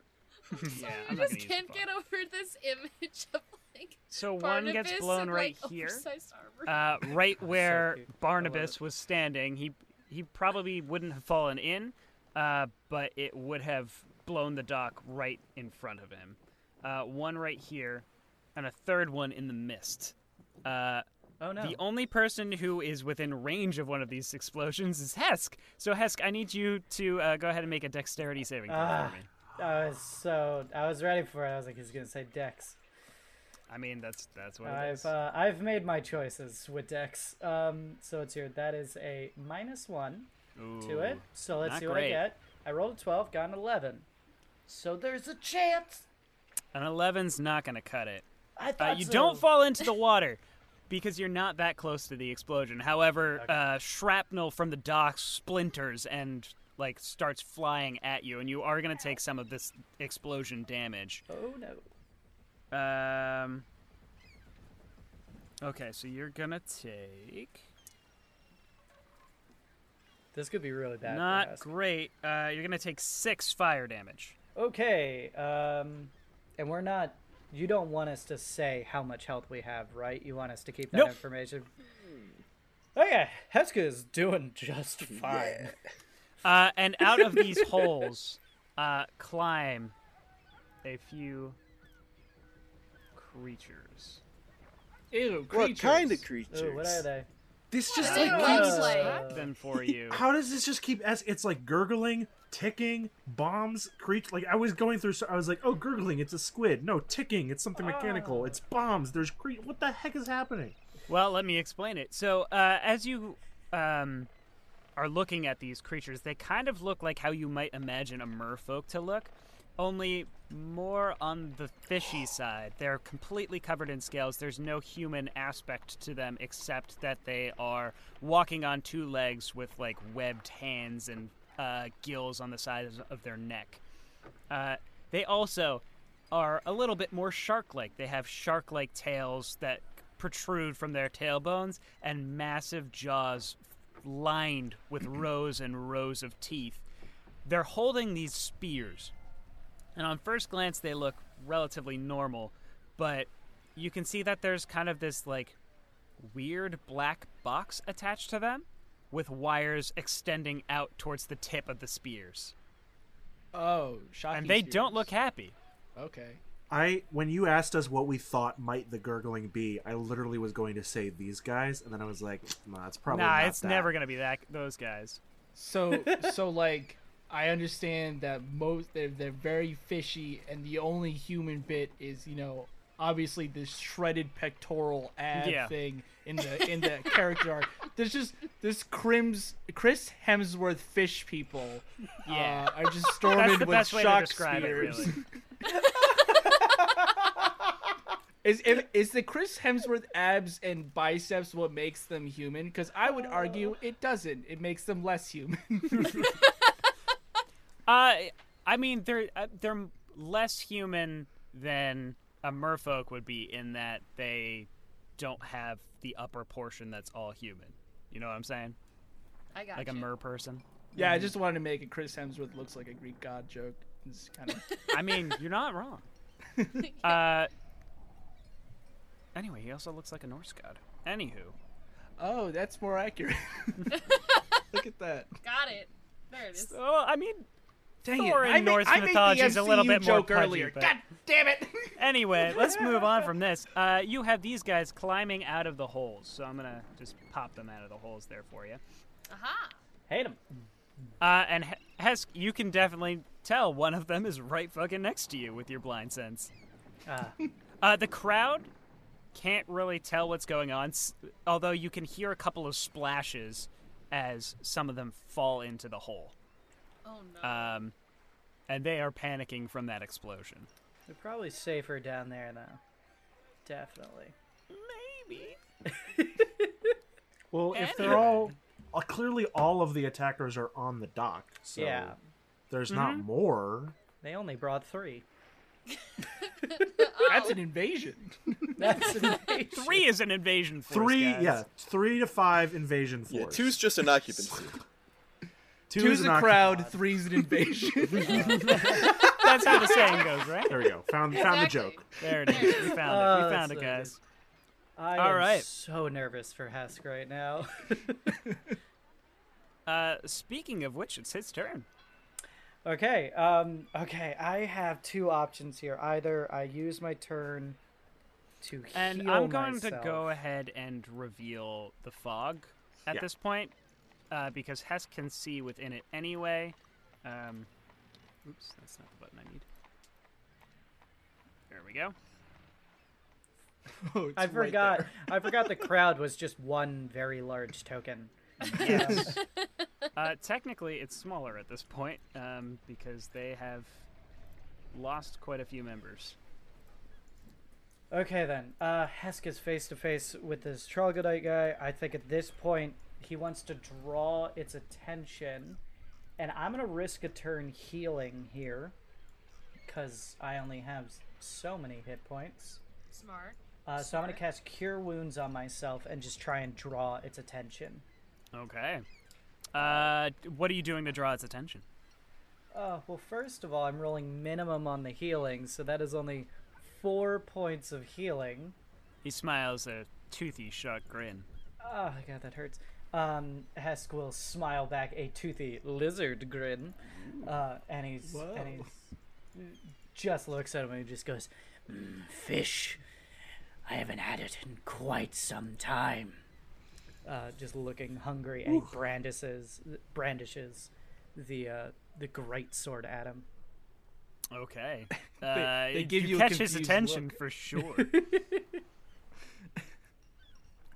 yeah,
sorry,
I'm
I
not
just
gonna use
can't
the
get
fog.
over this image of like
So one
Barnabas
gets blown
in,
right
like, oh,
here,
oversized armor.
uh, right where
cute. I love
Barnabas was standing. He he probably wouldn't have fallen in, uh, but it would have blown the dock right in front of him. Uh, one right here, and a third one in the mist. Uh,
Oh no.
The only person who is within range of one of these explosions is Hesk. So Hesk, I need you to uh, go ahead and make a dexterity saving throw
Ah.
for me.
I was so I was ready for it. I was like, he's gonna say Dex.
I mean, that's that's
Oh,
what it
I've
is.
uh, I've made my choices with Dex. Um, so it's here. That is a minus one to it.
Ooh.
So let's
not
see what
great.
I get. I rolled a twelve, got an eleven. So there's a chance.
An 11's not going to cut it.
I
Uh,
thought
you
so.
don't fall into the water because you're not that close to the explosion. However, uh, shrapnel from the dock splinters and like starts flying at you, and you are going to take some of this explosion damage.
Oh no.
Um. Okay, so you're gonna take
This could be really bad. for
not
us.
great. Uh, you're gonna take six fire damage.
okay. Um, and we're not. You don't want us to say how much health we have, right? You want us to keep that
Nope.
information. Okay, Heska is doing just fine.
Uh, and out of these holes, uh, climb a few creatures.
ew
What kind of
creatures.
creatures?
Oh,
Ooh, what are they?
This just
They
like
don't
keeps.
like-
them for you.
How does this just keep as it's like gurgling, ticking, bombs, creep like I was going through so I was like, "Oh, gurgling, it's a squid. No, ticking, it's something
Ah.
mechanical. It's bombs. There's cre What the heck is happening?"
Well, let me explain it. So, uh, as you um, are looking at these creatures, they kind of look like how you might imagine a merfolk to look, only more on the fishy side. They're completely covered in scales. There's no human aspect to them except that they are walking on two legs with like webbed hands and uh, gills on the sides of their neck. Uh, they also are a little bit more shark-like. They have shark-like tails that protrude from their tailbones and massive jaws lined with rows and rows of teeth. They're holding these spears. And on first glance they look relatively normal, but you can see that there's kind of this like weird black box attached to them with wires extending out towards the tip of the spears.
Oh, shocking.
And they
spears.
don't look happy.
Okay.
I when you asked us what we thought might the gurgling be, I literally was going to say these guys, and then I was like, "No, it's probably
nah,
not
it's
that."
never gonna be that those guys.
So so like I understand that most they're, they're very fishy and the only human bit is, you know, obviously this shredded pectoral ab
Yeah.
thing in the in the character art. There's just this crims Chris Hemsworth fish people
Yeah.
uh, are just storming
the
with
best way to
shock
describe it,
spears.
really.
Is if, is the Chris Hemsworth abs and biceps what makes them human? Because I would argue it doesn't. It makes them less human.
Uh, I mean, they're uh, they're less human than a merfolk would be in that they don't have the upper portion that's all human. You know what I'm saying?
I got
Like a mer person.
yeah, I just wanted to make a Chris Hemsworth looks like a Greek god joke. It's kind of
I mean, you're not wrong. Uh. Anyway, he also looks like a Norse god. Anywho,
oh, that's more accurate. Look at that.
Got it. There it is.
well, I mean,
Dang
Thor in Norse mythology is a little bit more
joke
pudgy,
earlier.
but-
God damn it!
anyway, let's move on from this. Uh, you have these guys climbing out of the holes, so I'm gonna just pop them out of the holes there for you.
Aha.
Hate him.
Uh, and H- Hesk, you can definitely tell one of them is right fucking next to you with your blind sense.
Uh,
Uh, the crowd can't really tell what's going on, s- although you can hear a couple of splashes as some of them fall into the hole.
Oh no.
Um, and they are panicking from that explosion.
they're probably safer down there though. Definitely.
Maybe.
Well, if they're all uh, clearly all of the attackers are on the dock, so
Yeah.
there's not
Mm-hmm.
more.
They only brought three.
That's an invasion.
That's invasion.
Three is an invasion force.
Three,
guys.
yeah, three to five invasion force.
Yeah, two's just an occupancy.
Two is
Two's
an
a
occup-
crowd, three's an invasion.
That's how the saying goes, right?
There we go. Found found the
Exactly.
joke.
There it is. We found it.
Oh,
We found
that's
it,
so good.
guys.
I
All
am
right.
so nervous for Hesk right now.
Uh, speaking of which, it's his turn.
Okay. Um, okay. I have two options here. Either I use my turn to
And
heal
I'm going to
myself.
go ahead and reveal the fog at
Yeah.
this point, uh, because Hess can see within it anyway. Um, oops, that's not the button I need. There we go.
Oh, it's
I
right there.
forgot. I forgot the crowd was just one very large token.
Yes. uh, technically, it's smaller at this point um, because they have lost quite a few members.
Okay then. Uh, Hesk is face to face with this troglodyte guy. I think at this point he wants to draw its attention, and I'm gonna risk a turn healing here, because I only have s- so many hit points.
Smart.
Uh, so I'm gonna
Smart.
cast Cure Wounds on myself and just try and draw its attention.
Okay. Uh, what are you doing to draw its attention?
Uh, well, first of all, I'm rolling minimum on the healing, so that is only four points of healing.
He smiles a toothy, sharp grin.
Oh god, that hurts. Um, Hesk will smile back a toothy lizard grin, uh, and he's and he's just looks at him and he just goes, mm, "Fish, I haven't had it in quite some time. uh, just looking hungry, and he brandishes brandishes the uh, the great sword at him.
Okay. Uh,
they give you a
catch his
confused
attention
look.
for sure.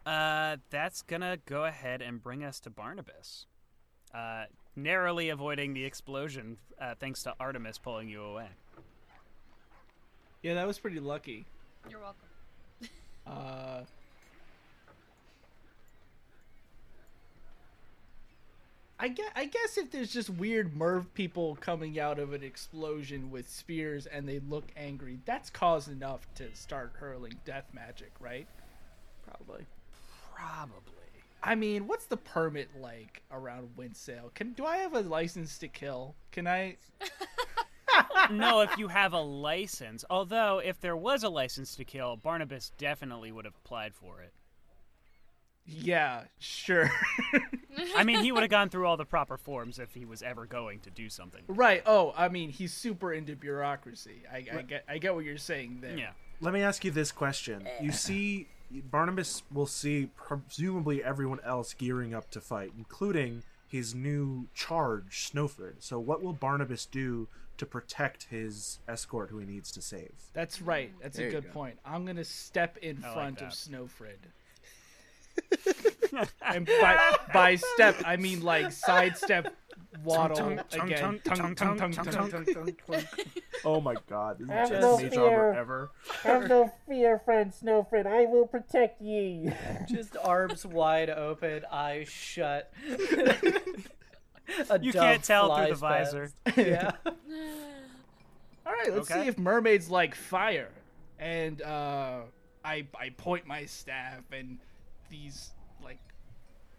uh, that's gonna go ahead and bring us to Barnabas, uh, narrowly avoiding the explosion uh, thanks to Artemis pulling you away.
Yeah, that was pretty lucky.
You're welcome.
Uh, I guess, I guess if there's just weird merv people coming out of an explosion with spears and they look angry, that's cause enough to start hurling death magic, right?
Probably.
Probably.
I mean, what's the permit like around Winsale? Can do I have a license to kill? Can I?
no, if you have a license. Although, if there was a license to kill, Barnabas definitely would have applied for it.
Yeah, sure.
I mean, he would have gone through all the proper forms if he was ever going to do something.
right. Oh, I mean, he's super into bureaucracy. I, I get I get what you're saying there.
Yeah.
Let me ask you this question. You see, Barnabas will see presumably everyone else gearing up to fight, including his new charge, Snowford. So, what will Barnabas do to protect his escort who he needs to save?
That's right. That's
There
a
you
good
go.
point. I'm gonna step in
I like
front of
that.
Snowfred. and by by step, I mean like sidestep, waddle again. Tung, tung, tung, tung, tung.
Oh my god, this is
Have
the
no
best mage
fear.
armor ever.
Have no fear, friend Snowfriend. I will protect ye.
Just arms wide open, eyes shut. A
You
dove
can't tell through the
flies
visor.
past. Yeah.
All right, let's
Okay.
see if mermaids like fire. And uh, I I point my staff, and these like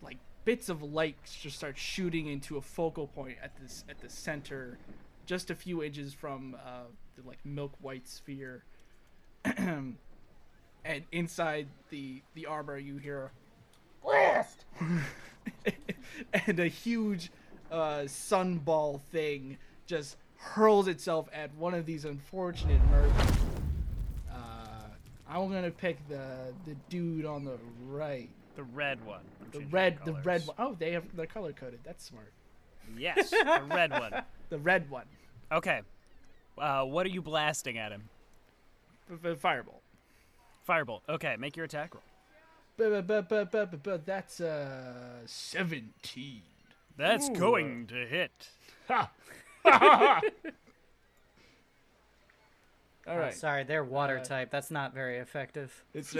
like bits of light just start shooting into a focal point at this at the center, just a few inches from uh, the like milk white sphere. and inside the the armor, you hear
Blast!
and a huge uh, sunball thing just hurls itself at one of these unfortunate mermaids. Uh, I'm gonna pick the the dude on the right,
The red one. I'm
the
changing
red, the red
colors.
one. Oh, they have they're color coded. That's smart.
Yes, the red one.
The red one,
Okay. Uh, what are you blasting at him?
F- f- fireball.
Firebolt. Okay, make your attack roll.
Bu- bu- bu- bu- bu- bu- That's uh seventeen.
That's going to hit.
Ha! Ha, ha, ha. All
Oh,
right. Uh,
Sorry, they're water type. That's not very effective.
It's,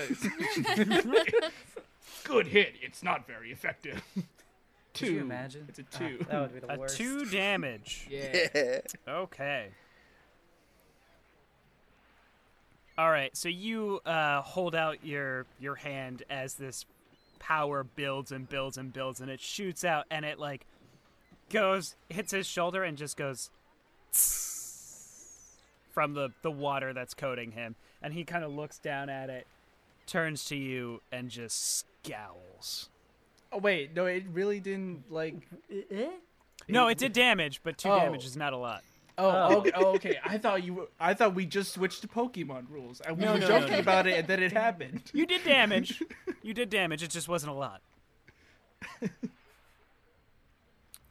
good hit. It's not very effective. Two.
Could you imagine?
It's a
Ah,
two.
that would be the
A
worst.
two damage.
yeah.
Oh,
Okay. All right. So you uh, hold out your your hand as this power builds and builds and builds, and it shoots out, and it like goes hits his shoulder and just goes from the the water that's coating him, and he kind of looks down at it, turns to you, and just scowls.
Oh wait, no, it really didn't like.
No, it did damage, but two
Oh.
damage is not a lot.
Oh, okay, oh, okay. I thought you. Were... I thought we just switched to Pokemon rules. And we were
no, no,
joking
no.
about it, and then it happened.
You did damage. you did damage. It just wasn't a lot.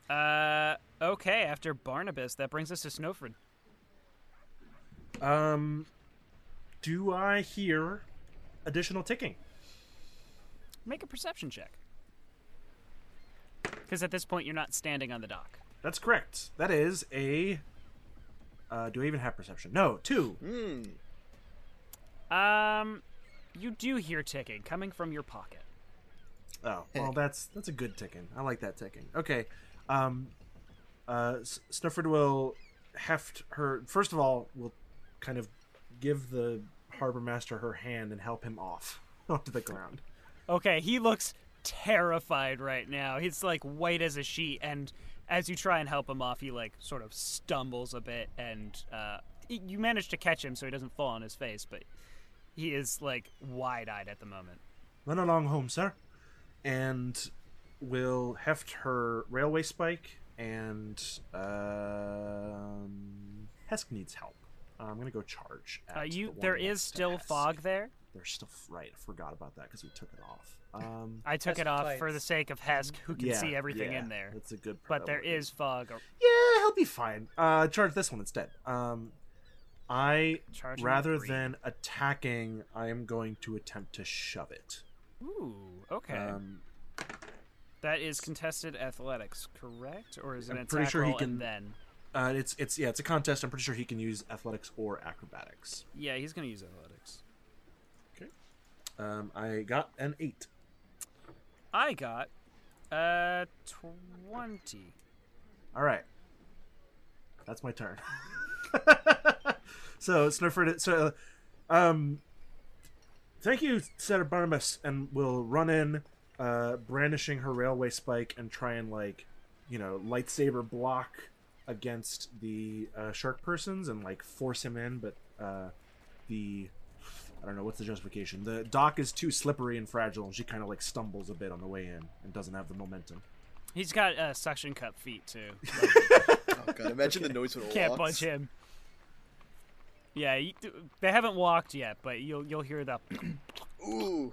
Uh, okay. After Barnabas, that brings us to Snowford.
Um, do I hear additional ticking?
Make a perception check. Because at this point, you're not standing on the dock.
That's correct. That is a. Uh, do I even have perception? No, two.
Um, you do hear ticking coming from your pocket.
Oh, well, that's that's a good ticking. I like that ticking. Okay, um, uh, S- Snufford will heft her. First of all, will kind of give the harbor master her hand and help him off onto the ground.
Okay, he looks terrified right now. He's like white as a sheet, and as you try and help him off, he like sort of stumbles a bit, and uh, y- you manage to catch him so he doesn't fall on his face, but he is like wide eyed at the moment.
Run along home, sir, and will heft her railway spike. And um, Hesk needs help. I'm gonna go charge. At
Uh, you
the one
there
next
is
to
still
Hesk.
fog there.
There's still right. I forgot about that because we took it off. Um,
I took
Has
it off for
plates.
the sake of Hesk, who can
yeah,
see everything
yeah,
in there.
That's a good.
But there
probability.
is fog. Or
Yeah, he'll be fine. Uh, charge this one instead. Um, I
charging
rather
three.
than attacking, I am going to attempt to shove it.
Ooh, okay.
Um,
that is contested athletics, correct? Or is it
I'm
an
pretty
attack
sure he
roll and
can-
then?
uh, it's it's yeah, it's a contest. I'm pretty sure he can use athletics or acrobatics.
Yeah, he's gonna use athletics.
Um, I got an eight.
I got uh twenty.
All right. That's my turn. so Snowford, so um, thank you, Senator Barnabas, and we'll run in, uh, brandishing her railway spike and try and like, you know, lightsaber block against the uh, shark persons and like force him in, but uh, the I don't know what's the justification. The dock is too slippery and fragile, and she kind of like stumbles a bit on the way in and doesn't have the momentum.
He's got uh, suction cup feet too.
Oh god, imagine the noise when it
Can't
walks.
punch him. Yeah, you, they haven't walked yet, but you'll you'll hear the
Ooh,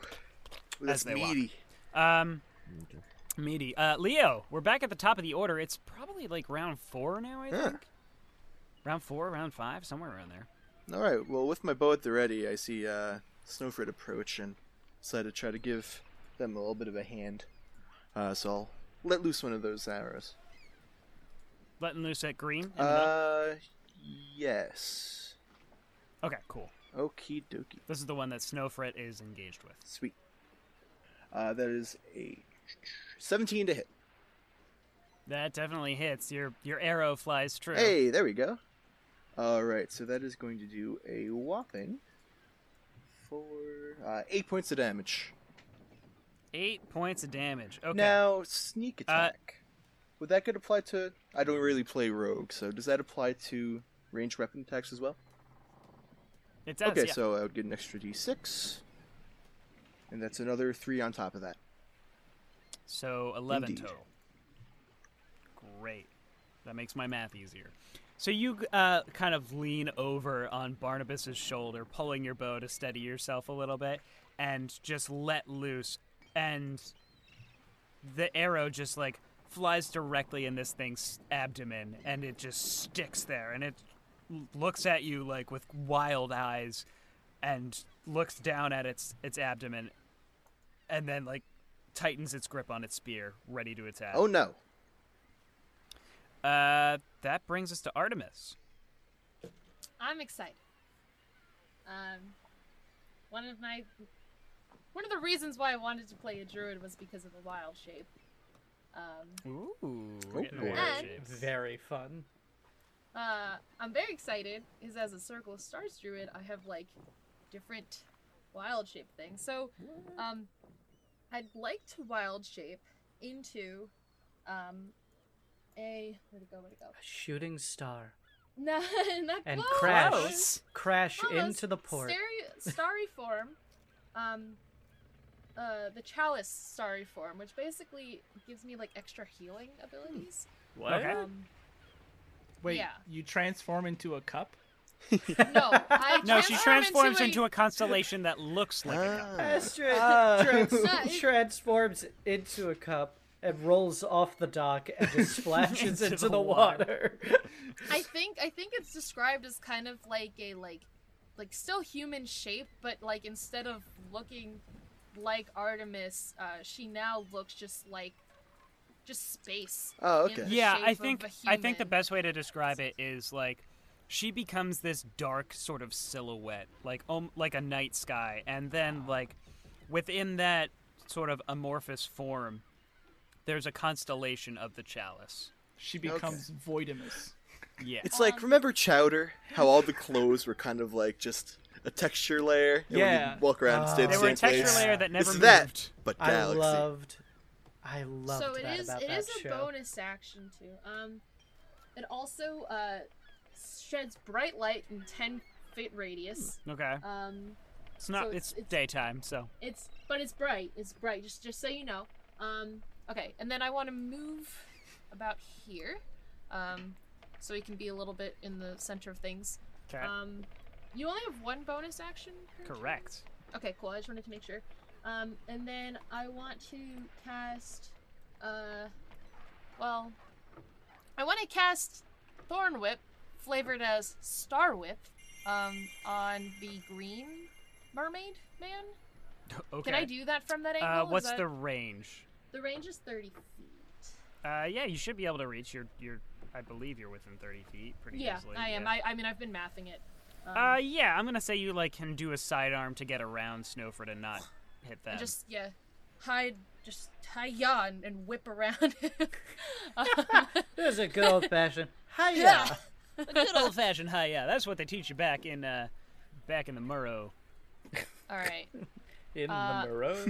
that's
they walk.
meaty.
um
Okay.
meaty. Uh, Leo, we're back at the top of the order. It's probably like round four now. I
Yeah.
think round four, round five, somewhere around there.
All right. Well, with my bow at the ready, I see uh, Snowfred approach and decide to try to give them a little bit of a hand. Uh, so I'll let loose one of those arrows.
Letting loose at green. and the-
Uh, yes.
okay, cool.
Okie dokie.
This is the one that Snowfret is engaged with.
Sweet. Uh, that is a 17 to hit.
That definitely hits. Your your arrow flies true.
Hey, there we go. All right. So that is going to do a whopping for uh, eight points of damage.
Eight points of damage. Okay. Uh,
Now, sneak attack. Would that could apply to? I don't really play rogue, so does that apply to ranged weapon attacks as well?
it does.
okay,
yeah.
so I would get an extra d6, and that's another three on top of that.
So 11
Indeed.
total. Great. That makes my math easier. So you uh, kind of lean over on Barnabas's shoulder, pulling your bow to steady yourself a little bit, and just let loose. And the arrow just like flies directly in this thing's abdomen, and it just sticks there, and it l- looks at you like with wild eyes, and looks down at its its abdomen, and then like tightens its grip on its spear, ready to attack.
Oh no!
Uh, that brings us to Artemis.
I'm excited. Um, one of my one of the reasons why I wanted to play a druid was because of the wild shape. Um,
Ooh,
Oh,
we're getting
boy.
wild
And-
shapes.
Very fun.
uh, I'm very excited because as a Circle of Stars druid, I have like different wild shape things. So, um, I'd like to wild shape into um, a where to go, where to go?
A shooting star.
No, not
And
close.
crash.
Close.
Crash
Almost.
into the port.
Starry, starry form, um, uh, the chalice starry form, which basically gives me like extra healing abilities.
What? Okay.
Um,
Wait,
Yeah.
you transform into a cup?
no, I
No, she
transform
transforms into a constellation that looks like a cup.
Ah.
Uh,
Astrid
Ah.
trans-
No, it-
transforms into a cup and rolls off the dock and just splashes
Into
into,
the
the water.
I think I think it's described as kind of like a like like still human shape, but like instead of looking like Artemis, uh, she now looks just like just space.
Oh
in
okay.
the
Yeah,
shape
I
of
think
a
I think the
human.
best way to describe it is like she becomes this dark sort of silhouette, like um, like a night sky, and then like within that sort of amorphous form, there's a constellation of the chalice.
She becomes Voidamus.
Yeah.
It's like remember Chowder? How all the clothes were kind of like just a texture layer. and when
Yeah.
you walk around and stay
Ah.
in
They
the same
were a texture
place.
layer that never
it's
moved.
that, but
I
galaxy.
loved I loved
so it
that
is
about
it
that
is a
show.
bonus action too um it also uh sheds bright light in 10 feet radius
Okay.
um
It's not.
So
it's,
it's- it's-
daytime, so
it's but it's bright it's bright just just so you know um okay and then i want to move about here um so we can be a little bit in the center of things
okay.
um you only have one bonus action per turn?
correct.
okay cool i just wanted to make sure Um, and then I want to cast. Uh, well, I want to cast Thorn Whip, flavored as Star Whip, um, on the green mermaid man.
Okay.
Can I do that from that angle?
uh,
Is
what's
that-
the range?
the range is thirty feet.
Uh, yeah, you should be able to reach. You're, you're, I believe you're within 30 feet pretty
yeah,
easily.
I am.
yeah.
I, I mean, I've been mathing it. Um,
Uh, yeah, I'm gonna say you like can do a sidearm to get around Snowford and not hit them.
and just yeah, hide, just hi ya and, and whip around. Um,
This is a good old fashioned. Hiya!
Yeah.
a good old fashioned high, yeah. That's what they teach you back in, uh, back in the Murrow.
all right,
In
Uh,
the Monroe.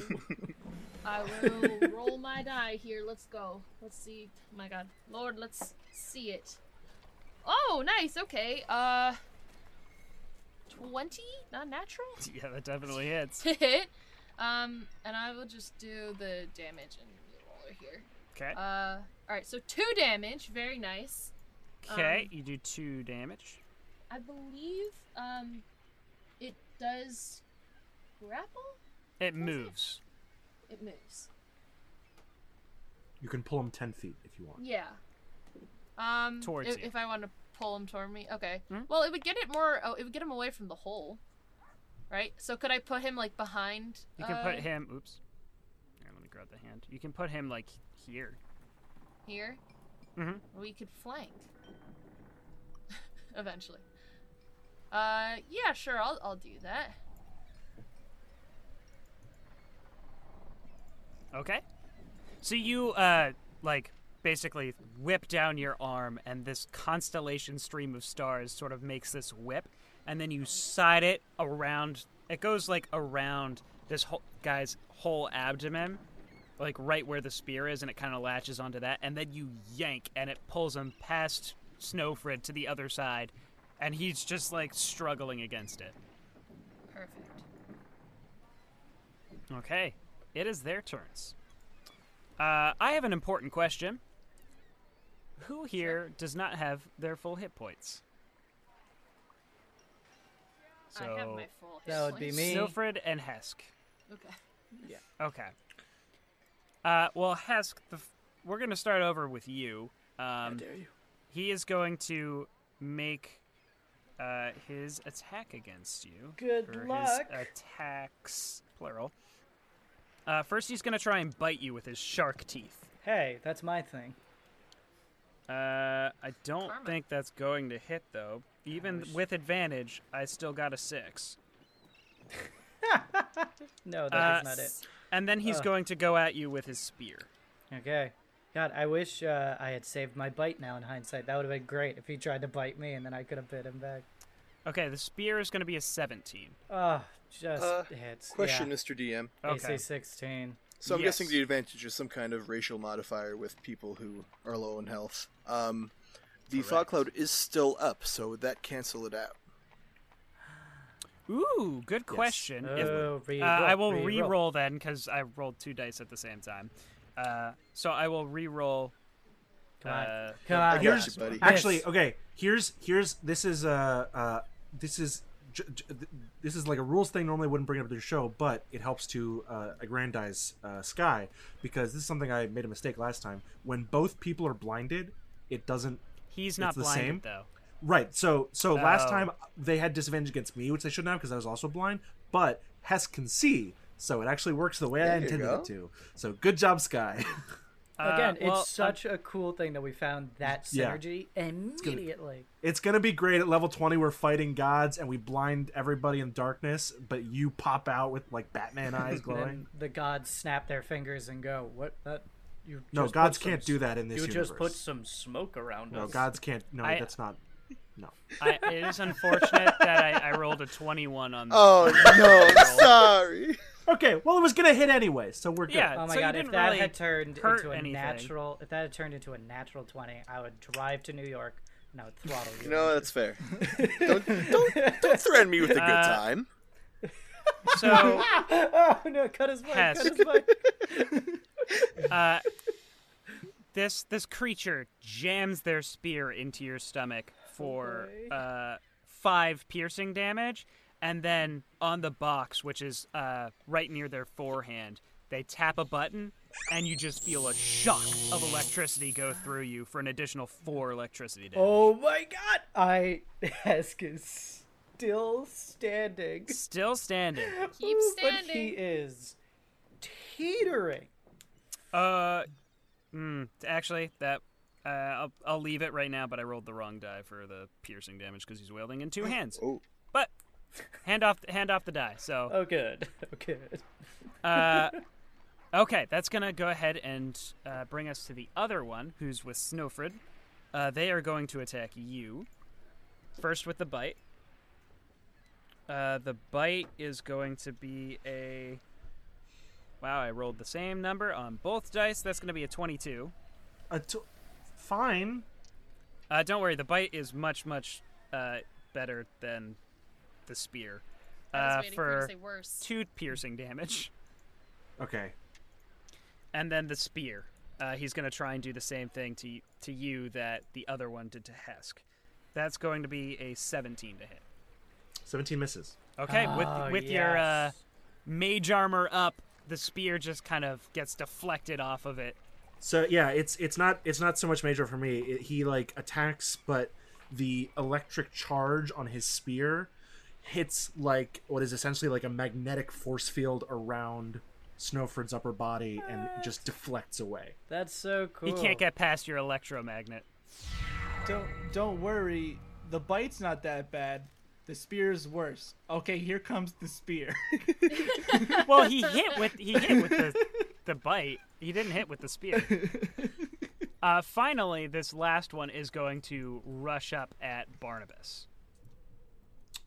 I will roll my die here. Let's go. Let's see. Oh my God, Lord, let's see it. Oh, nice. Okay. Uh, twenty, not natural
Yeah, that definitely hits.
to hit. Um, and I will just do the damage and roll it here.
Okay.
Uh, all right, so two damage. Very nice.
Okay,
um,
you do two damage.
I believe um, it does grapple.
It moves.
It moves.
You can pull him ten feet if you want.
Yeah. Um,
Towards
if,
you.
if I want to pull him toward me, okay.
Mhm.
Well, it would get it more. Oh, it would get him away from the hole, right? So could I put him like behind?
You can
uh,
put him. Oops. Here, let me grab the hand. You can put him like here.
here.
Mhm.
We could flank. Eventually. Uh, yeah, sure. I'll I'll do that.
Okay. So you uh like basically whip down your arm and this constellation stream of stars sort of makes this whip and then you side it around it goes like around this whole guy's whole abdomen like right where the spear is and it kind of latches onto that and then you yank and it pulls him past Snowfred to the other side and he's just like struggling against it.
Perfect.
Okay, it is their turns. Uh, I have an important question. Who here does not have their full hit points? So,
I have my full. hit
That would be
points.
me.
Snowfred and Hesk.
Okay.
Okay. Uh, well, Hesk, the f- we're going to start over with you. Um,
dare you?
he is going to make uh, his attack against you.
Good
or
luck.
His attacks, plural. Uh, first, he's going to try and bite you with his shark teeth.
Hey, that's my thing.
Uh, I don't
Karma.
think that's going to hit though. Even with advantage, I still got a six.
No, that's
Uh,
not it.
And then he's
Ugh.
going to go at you with his spear.
Okay. God, I wish uh, I had saved my bite now in hindsight. That would have been great if he tried to bite me and then I could have bit him back.
Okay, the spear is going to be a 17.
Oh, just
Uh,
hits.
Question,
yeah.
Mr. DM.
Okay.
AC 16.
So I'm
Yes.
guessing the advantage is some kind of racial modifier with people who are low in health. Um, the fog cloud is still up, so would that cancel it out?
Ooh, good question. If-
Oh, re
uh, I will re-roll then because I rolled two dice at the same time. Uh, so I will re-roll.
Come on.
Uh,
Come
I
on.
got you, buddy.
Actually,
Yes.
okay. Here's here's this is uh, uh this is j- j- th- this is like a rules thing. Normally, I wouldn't bring it up to the show, but it helps to uh, aggrandize uh, Sky because this is something I made a mistake last time. When both people are blinded, it doesn't
he's not
the
blinded
same?
though.
Right. So so last
Oh.
time they had disadvantage against me, which they shouldn't have because I was also blind. But Hess can see, so it actually works the way I
There you
intended
go.
it to. So good job, Sky.
Uh,
Again,
well,
it's such a cool thing that we found that
Yeah.
synergy
gonna-
immediately.
it's gonna be great at level twenty. We're fighting gods and we blind everybody in darkness, but you pop out with like Batman eyes
And
glowing.
Then the gods snap their fingers and go, "What? That you
no,
just
gods
put some
can't do that in
you
this universe.
just put some smoke around
no,
us.
gods can't. No,
I-
that's not. No.
uh, I, it is unfortunate that I, I rolled a 21 on.
Oh no, sorry.
Okay. Well, it was gonna hit anyway, so we're good.
Yeah.
Oh
so
my
you
god!
didn't
If that
really
had turned
hurt
into a
anything.
natural, if that had turned into a natural twenty, I would drive to New York and I would throttle you.
No, that's fair. Don't don't, don't threaten me with a good
Uh,
time.
So
oh no! Cut his mic. Cut
Hess.
his mic.
uh, this this creature jams their spear into your stomach for uh, five piercing damage, and then on the box, which is uh, right near their forehand, they tap a button, and you just feel a shock of electricity go through you for an additional four electricity damage.
Oh my god! I Hesk is still standing.
Still standing.
Keep
But he
standing.
is teetering.
Uh, mm, actually, that uh, I'll, I'll leave it right now. But I rolled the wrong die for the piercing damage because he's wielding in two hands.
Oh.
But hand off, hand off the die. So,
Oh good. Oh good.
uh, okay, that's gonna go ahead and uh, bring us to the other one, who's with Snowfred. Uh, they are going to attack you first with the bite. Uh, the bite is going to be a. Wow, I rolled the same number on both dice. That's going to be a 22.
A tw- fine.
Uh, don't worry, the bite is much much uh, better than the spear
I
uh,
was waiting for, you
for
to say worse.
two piercing damage,
Okay.
and then the spear. Uh, he's going to try and do the same thing to y- to you that the other one did to Hesk. That's going to be a 17 to hit.
17 misses.
Okay,
Oh,
with with your uh,
yes.
mage armor up, the spear just kind of gets deflected off of it.
So yeah, it's it's not it's not so much major for me. It, he like attacks, but the electric charge on his spear hits like what is essentially like a magnetic force field around Snowford's upper body and just deflects away.
That's so cool.
He can't get past your electromagnet.
Don't don't worry. The bite's not that bad. The spear's worse. Okay, here comes the spear.
Well, he hit with he hit with the the bite. He didn't hit with the spear. Uh, finally, this last one is going to rush up at Barnabas.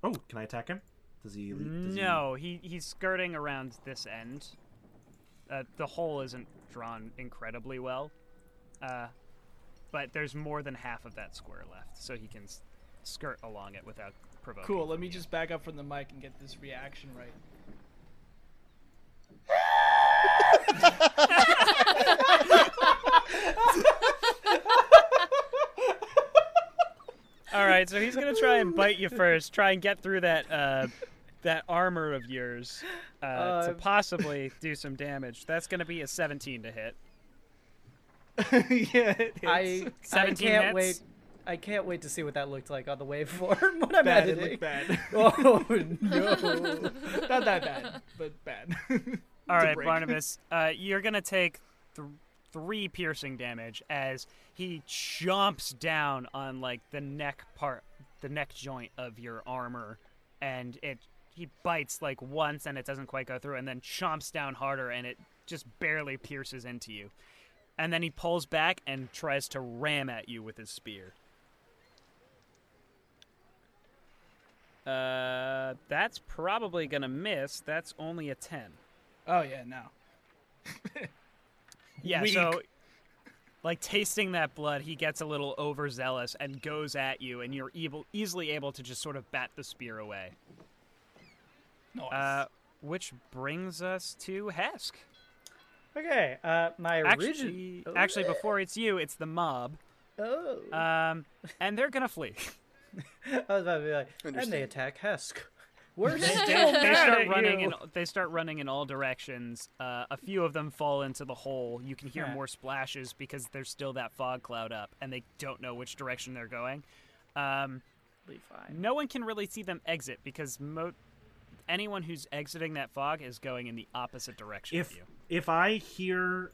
Oh, can I attack him? Does he? Does he-
No, he he's skirting around this end. Uh, the hole isn't drawn incredibly well, uh, but there's more than half of that square left, so he can s- skirt along it without provoking.
cool. Let me just back up from the mic and get this reaction right.
All right, so he's gonna try and bite you first. Try and get through that uh, that armor of yours uh, to
Uh,
possibly do some damage. That's gonna be a 17 to hit.
yeah, it hits.
I, I
17
can't
hits?
wait. I can't wait to see what that looked like on the waveform when I'm
bad. It
editing.
looked bad.
Oh no!
not that bad, but bad.
All right,
break.
Barnabas, uh, you're gonna take th- three piercing damage as he chomps down on like the neck part, the neck joint of your armor, and it he bites like once and it doesn't quite go through, and then chomps down harder and it just barely pierces into you, and then he pulls back and tries to ram at you with his spear. Uh, that's probably gonna miss. That's only a ten.
oh yeah, no.
Yeah,
Weak.
so like tasting that blood, he gets a little overzealous and goes at you, and you're evil, easily able to just sort of bat the spear away.
Nice.
Uh, which brings us to Hesk.
okay, uh, my original.
Actually, actually, before it's you, it's the mob,
Oh,
um, and they're gonna flee.
I was about to be like, and they
Understand.
attack Hesk. We're
They,
still
Oh,
they
mad
start
at
running.
you.
In, they start running in all directions. Uh, a few of them fall into the hole. You can hear
Yeah.
more splashes because there's still that fog cloud up, and they don't know which direction they're going. Um,
Be fine.
no one can really see them exit because mo- anyone who's exiting that fog is going in the opposite direction of
If
you.
if I hear,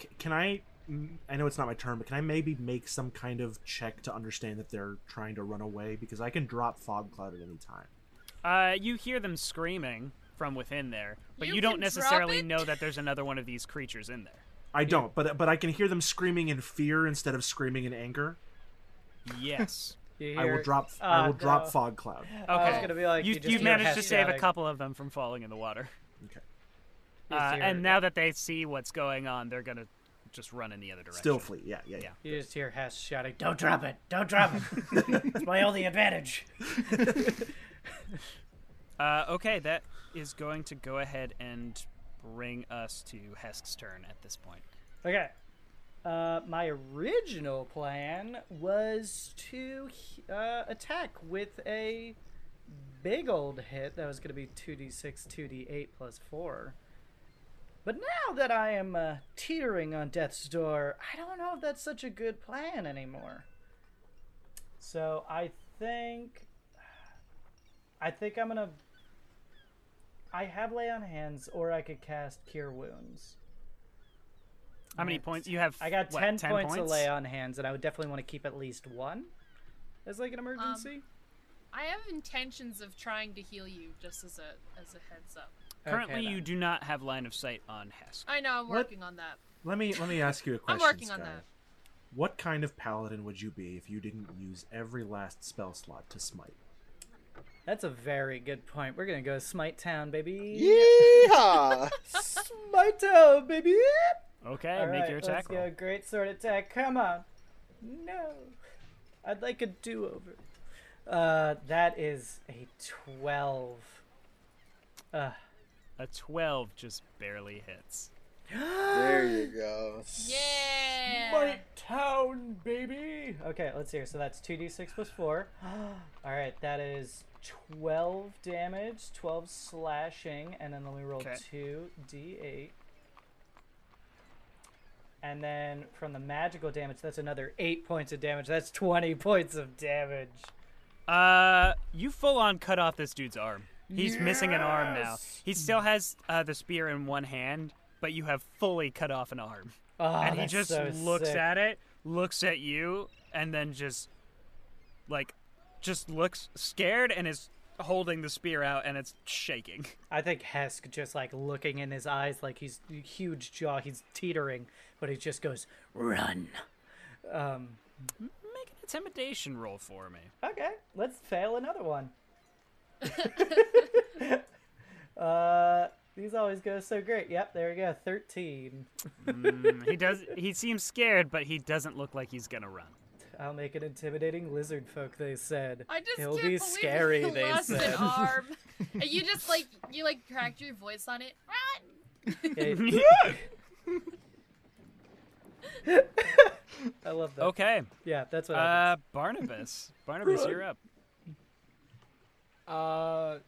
c- can I? mm, I know it's not my turn, but can I maybe make some kind of check to understand that they're trying to run away because I can drop fog cloud at any time.
Uh, you hear them screaming from within there, but you,
You
don't
can drop
necessarily
it?
know that there's another one of these creatures in there.
I don't, but but I can hear them screaming in fear instead of screaming in anger.
Yes.
You
I will
hear-
drop.
Ah,
I will drop
no.
fog cloud.
Okay.
I was gonna be like, you
you
just
you
hear
managed to
Hesk
save a
shouting.
couple of them from falling in the water.
Okay.
You just
Uh,
hear-
and now that they see what's going on, they're gonna just run in the other direction.
Still flee. Yeah, yeah, yeah.
Yeah.
you just hear Hesk shouting, "Don't drop it! Don't drop it! it's my only advantage."
Uh, okay, that is going to go ahead and bring us to Hesk's turn at this point.
Okay. Uh, my original plan was to uh, attack with a big old hit. That was going to be 2d6, 2d8 plus 4. But now that I am uh, teetering on death's door, I don't know if that's such a good plan anymore. So I think. I think I'm going to. I have Lay on Hands, or I could cast Cure Wounds.
How many points? You have.
I got
what,
10,
10
points, of Lay on Hands, and I would definitely want to keep at least one as like an emergency.
I have intentions of trying to heal you, just as a as a heads up.
Currently,
Okay,
you do not have line of sight on Hesk.
I know I'm
What?
working on that.
Let me let me ask you a
I'm
question.
working on
Sky.
that.
What kind of paladin would you be if you didn't use every last spell slot to smite?
That's a very good point. We're gonna go Smite Town, baby.
Yeehaw!
Smite Town, baby.
Okay,
All
make
right,
your
let's
attack
go.
roll.
Great sword attack. Come on. No, I'd like a do-over. Uh, that is a twelve. Uh,
A 12 just barely hits.
there you go.
Yeah.
Town, baby. Okay, let's hear. So that's two d six plus four. All right, that is twelve damage, twelve slashing, and then let me roll
Okay.
two d eight. And then from the magical damage, that's another eight points of damage. That's twenty points of damage.
Uh, you full on cut off this dude's arm. He's missing an arm now.
Yes!
He still has uh, the spear in one hand, but you have fully cut off an arm.
Oh,
and he
that's
just
so
looks
sick.
at it, looks at you, and then just like just looks scared and is holding the spear out and it's shaking.
I think Hesk just like looking in his eyes, like he's huge jaw, he's teetering, but he just goes run. Um,
Make an intimidation roll for me.
Okay, let's fail another one. uh, these always go so great. Yep, there we go. Thirteen.
Mm, he does he seems scared, but he doesn't look like he's gonna run.
I'll make an intimidating lizard folk. They said.
I just
He'll
can't
be
believe
scary,
You
they
lost
said.
an arm. And you just like you like cracked your voice on it. Run.
Okay. I love that.
Okay.
Yeah, that's what.
Uh
happens.
Barnabas. Barnabas, you're up.
Uh,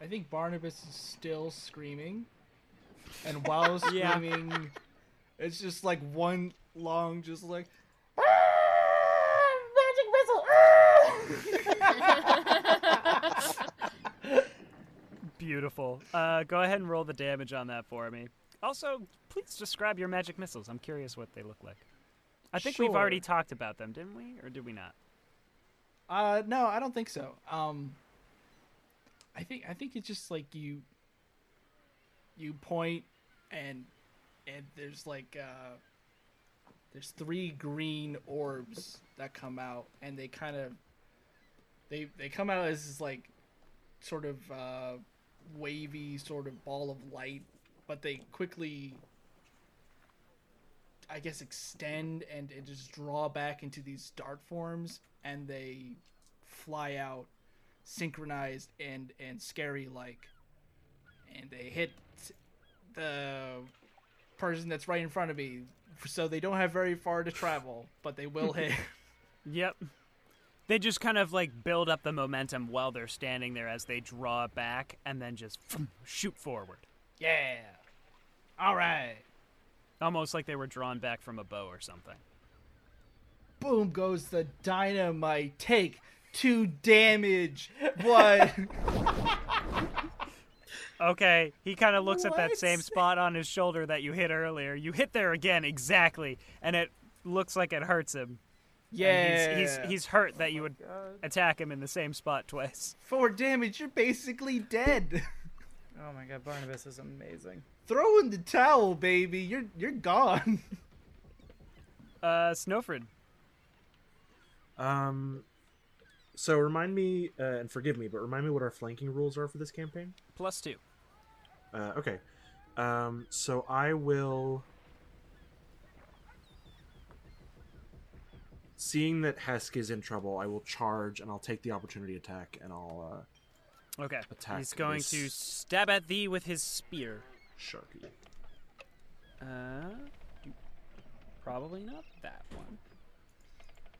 I think Barnabas is still screaming, and while
Yeah.
screaming, it's just like one long, just like
Beautiful. Uh go ahead and roll the damage on that for me. Also, please describe your magic missiles. I'm curious what they look like. I think we've already
Sure.
talked about them, didn't we? Or did we not?
Uh, no, I don't think so. Um, I think I think it's just like you. You point, and and there's like uh, there's three green orbs that come out, and they kind of they they come out as this like sort of uh, wavy sort of ball of light, but they quickly. I guess extend and, and just draw back into these dart forms, and they fly out synchronized and and scary like and they hit the person that's right in front of me so they don't have very far to travel but they will hit
Yep. They just kind of like build up the momentum while they're standing there as they draw back and then just shoot forward.
yeah all right
Almost like they were drawn back from a bow or something.
boom goes the dynamite take two damage what
Okay, he kind of looks at that same spot on his shoulder that you hit earlier. You hit there again, exactly, and it looks like it hurts him.
yeah
He's, he's, he's hurt that you would attack him in the same spot twice.
four damage you're basically dead
oh my god, Barnabas is amazing.
throw in the towel baby you're you're gone
Uh, Snowford.
Um, so remind me, uh, and forgive me, but remind me what our flanking rules are for this campaign.
Plus two.
Uh, okay. Um, so I will. Seeing that Hesk is in trouble, I will charge and I'll take the opportunity attack and I'll uh,
Okay.
Attack
He's going
this-
to stab at thee with his spear.
sharky.
Uh, do- probably not that one.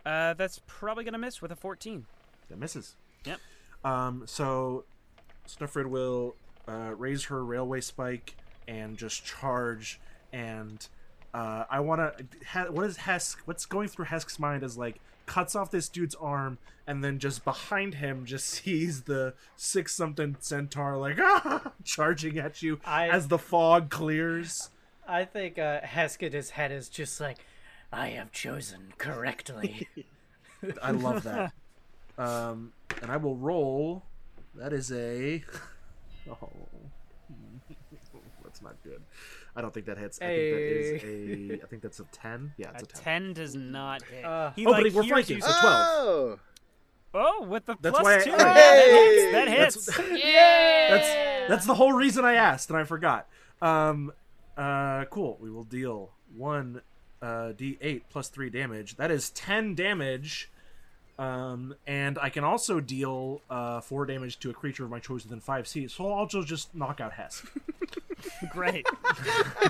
Uh, that's probably gonna miss with a 14.
That misses.
Yep.
Um, so Snowfred will uh, raise her railway spike and just charge. And uh, I want to. Ha- what is Hesk? What's going through Hesk's mind is like cuts off this dude's arm and then just behind him just sees the six something centaur like ah, charging at you
I-
as the fog clears.
I think uh, Hesk in his head is just like, I have chosen correctly.
I love that. um, and I will roll. That is a. Oh, that's not good. I don't think that hits. I think that is a. I think that's a ten. Yeah, it's
A
a ten.
ten does not hit.
Uh,
he,
oh, but we're
hears
flanking,
you-
so-
Oh,
Oh, with the
That's
plus
why I-
two,
Hey!
that hits.
That's-
That hits.
Yeah.
That's the whole reason I asked, and I forgot. Um, uh, cool. We will deal one uh, d8 plus three damage. That is ten damage. Um, and I can also deal uh, four damage to a creature of my choice within five feet. So I'll just just knock out Hess.
Great.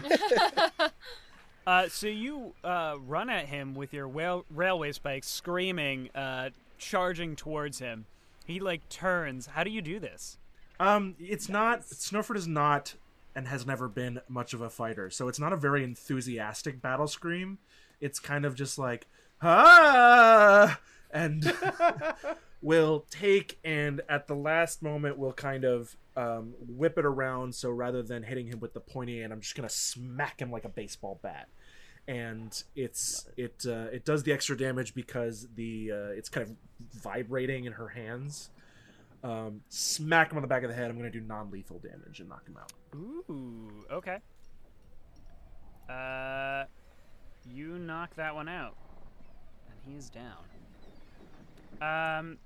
uh, so you uh, run at him with your whale- railway spike, screaming, uh, charging towards him. He like turns. How do you do this?
Um, it's not. Snowford is not and has never been much of a fighter, so it's not a very enthusiastic battle scream. It's kind of just like ah, and will take and at the last moment will kind of um, whip it around. So rather than hitting him with the pointy end, I'm just gonna smack him like a baseball bat. And it's it it, uh, it does the extra damage because the uh, it's kind of vibrating in her hands um, smack him on the back of the head. I'm going to do non-lethal damage and knock him out.
Ooh. Okay. Uh, you knock that one out, and he is down. Um,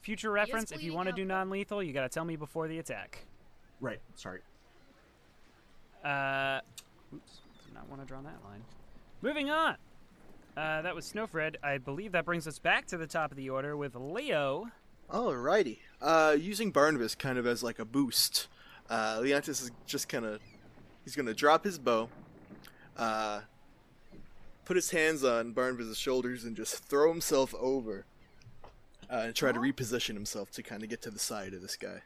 future reference. if you
bleeding
want to
out,
do
though.
non-lethal, you gotta tell me before the attack.
Right. Sorry.
Uh, oops, did not want to draw that line. Moving on. Uh, that was Snowfred. I believe that brings us back to the top of the order with Leo.
alrighty. Uh, using Barnabas kind of as like a boost, uh, Leontis is just kind of he's gonna drop his bow, uh, put his hands on Barnabas' shoulders, and just throw himself over, uh, and try to reposition himself to kind of get to the side of this guy.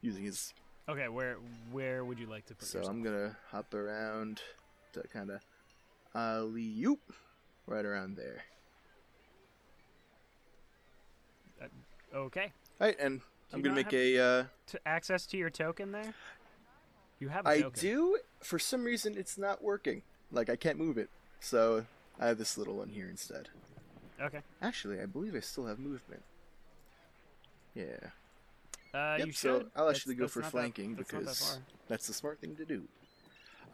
Using his
Okay, where where would you like to put
So
yourself?
I'm gonna hop around to kind of alley oop right around there.
Okay,
All right, and I'm
you
gonna
not
make a. Uh,
to access to your token there. You have. a
I
token.
do. For some reason, it's not working. Like I can't move it, so I have this little one here instead.
Okay.
Actually, I believe I still have movement. Yeah,
Uh,
Yep,
you
so
should.
I'll actually go
That's-
for
that's not that-
flanking
that's not that
because-
far.
that's the smart thing to do.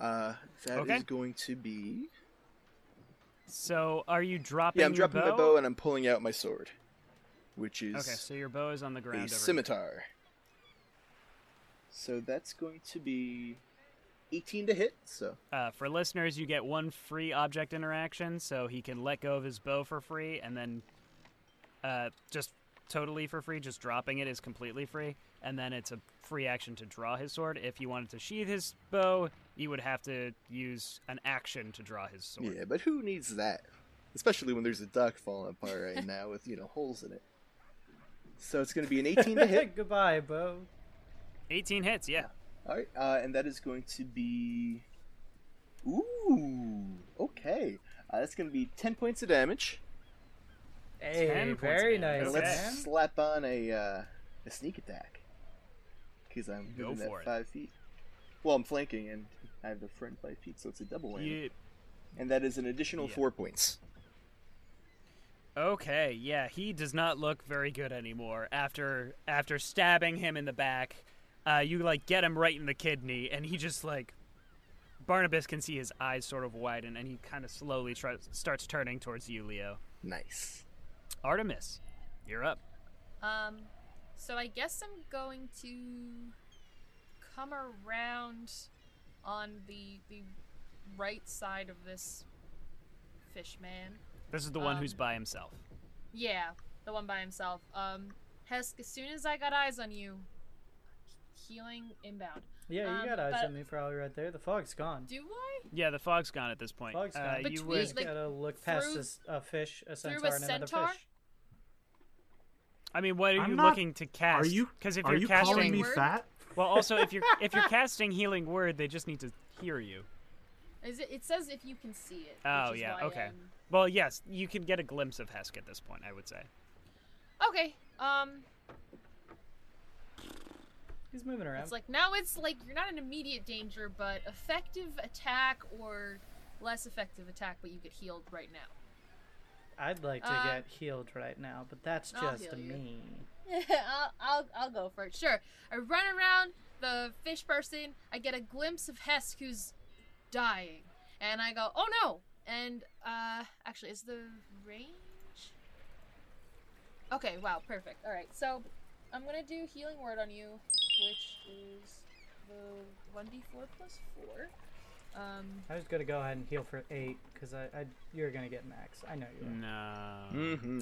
Uh, that is
Okay.
going to be.
So are you dropping?
Yeah, I'm
your
dropping
bow?
my bow and I'm pulling out my sword, which is
Okay, so your bow is on the ground.
a
over here.
scimitar. So that's going to be 18 to hit. So
Uh, for listeners, you get one free object interaction, so he can let go of his bow for free, and then uh, just totally for free, just dropping it is completely free. And then it's a free action to draw his sword. If you wanted to sheathe his bow, you would have to use an action to draw his sword.
yeah, but who needs that? Especially when there's a duck falling apart right now with you know holes in it. So it's going to be an 18 to hit.
Goodbye, Bo.
18 hits, yeah.
All right, uh, and that is going to be. Ooh, okay. Uh, that's going to be 10 points of damage.
Hey,
points
very
of damage.
nice.
And
Okay.
let's slap on a uh, a sneak attack because I'm
Go
within that
for it.
five feet. Well, I'm flanking and I have the front five feet, so it's a double whammy,
You-
and that is an additional
Yeah.
four points.
Okay, yeah, he does not look very good anymore after after stabbing him in the back. Uh, you like get him right in the kidney, and he just like Barnabas can see his eyes sort of widen, and he kind of slowly try- starts turning towards you, Leo.
Nice.
Artemis, you're up.
Um, so I guess I'm going to come around on the the right side of this fish man.
This is the one who's
Um,
by himself.
Yeah, the one by himself. Um, Hesk, as soon as I got eyes on you, healing inbound.
Yeah, you
Um,
got eyes
but-
on me probably right there. The fog's gone.
Do I?
Yeah, the fog's gone at this point.
Fog's
Uh,
gone.
you
Between
would
Just
like,
gotta look past
through-
this, a fish, a
through
centaur,
a
and another
centaur?
fish.
I mean, what are
I'm
you
not-
looking to cast?
Are you?
Because if
are
you're
you
casting,
calling me
Word?
fat?
well, also if you're if you're casting healing word, they just need to hear you.
Is it, it says if you can see it.
Oh,
which is
yeah,
why,
okay.
um,
Well, yes, you can get a glimpse of Hesk at this point. I would say.
okay. Um,
He's moving around.
It's like now it's like you're not in immediate danger, but effective attack or less effective attack, but you get healed right now.
I'd like to
uh,
get healed right now, but that's
I'll
just
heal you.
me.
I'll, I'll I'll go for it. Sure. I run around the fish person. I get a glimpse of Hesk who's dying, and I go, "Oh no!" And uh, actually, is the range? Okay. Wow. Perfect. All right. So I'm gonna do healing word on you, which is the one d four plus four. Um,
I was gonna go ahead and heal for eight because I, I you're gonna get max. I know you are.
No.
Mm-hmm.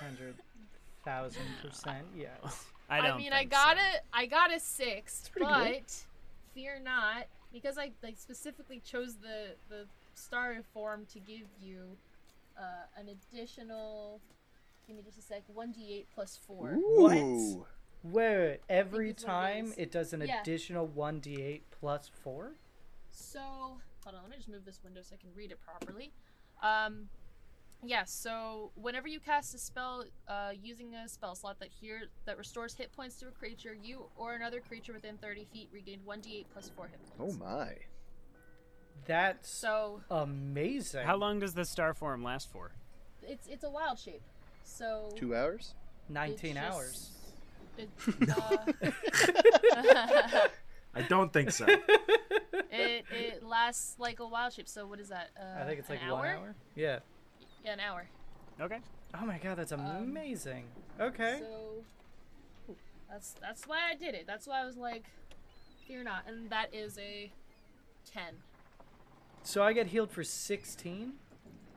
Hundred thousand percent. Yes.
I don't.
mean, I
think
got
so.
a, I got a six,
pretty
but
good.
fear not, because I like specifically chose the the star form to give you uh, an additional. Give me just a sec. One d eight plus four.
What?
Ooh.
Where every
it's one of
time
those.
it does an
Yeah.
additional one d eight plus four.
So hold on, let me just move this window so I can read it properly. Um, yeah. So whenever you cast a spell uh, using a spell slot that here that restores hit points to a creature, you or another creature within thirty feet regained one d eight plus four hit
Oh
points.
my.
That's
So
amazing.
How long does the star form last for?
it's it's a wild shape. So
Two hours?
Nineteen
it's just-
hours.
It, uh,
I don't think so.
it it lasts like a wild shape. So what is that? Uh,
I think it's
an
like one hour. Yeah.
Yeah, an hour.
Okay.
Oh my god, that's
Um,
amazing. okay.
So that's that's why I did it. That's why I was like, fear not. And that is a ten.
So I get healed for 16?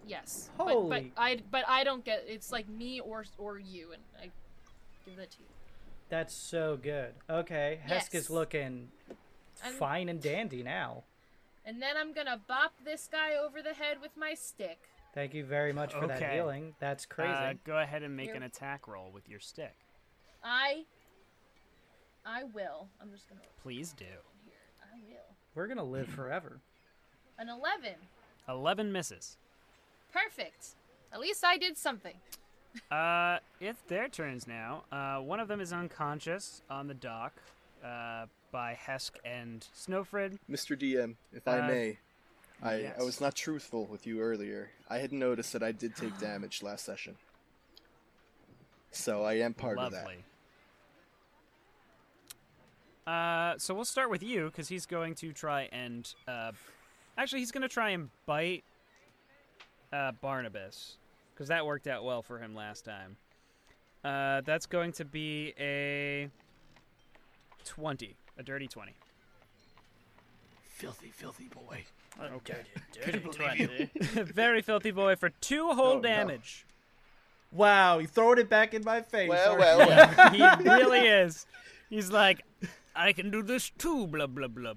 Yes. But,
Holy-
but I but I don't get. It's like me or or you, and I give that to you.
That's so good. Okay, Hesk
Yes.
is looking
I'm-
fine and dandy now.
And then I'm gonna bop this guy over the head with my stick.
Thank you very much for that
Okay.
healing. That's crazy.
Uh, go ahead and make
Here.
an attack roll with your stick.
I. I will. I'm just gonna open
Please do.
here. I will.
We're going to live forever.
An eleven.
Eleven misses.
Perfect. At least I did something.
Uh, it's their turns now. Uh, one of them is unconscious on the dock uh, by Hesk and Snowfred.
Mr. DM, if I
Uh,
may. I,
yes.
I was not truthful with you earlier. I had noticed that I did take damage last session. So I am part of that.
Lovely. Uh, so we'll start with you because he's going to try and uh, actually he's going to try and bite uh, Barnabas because that worked out well for him last time. Uh, that's going to be a twenty, a dirty twenty.
Filthy, filthy boy.
Okay,
Dirty twenty.
very filthy boy for two whole
Oh, no.
damage.
Wow, you throwing it back in my face.
Well,
aren't
well,
you?
well.
he really is. He's like, I can do this too, blah, blah, blah.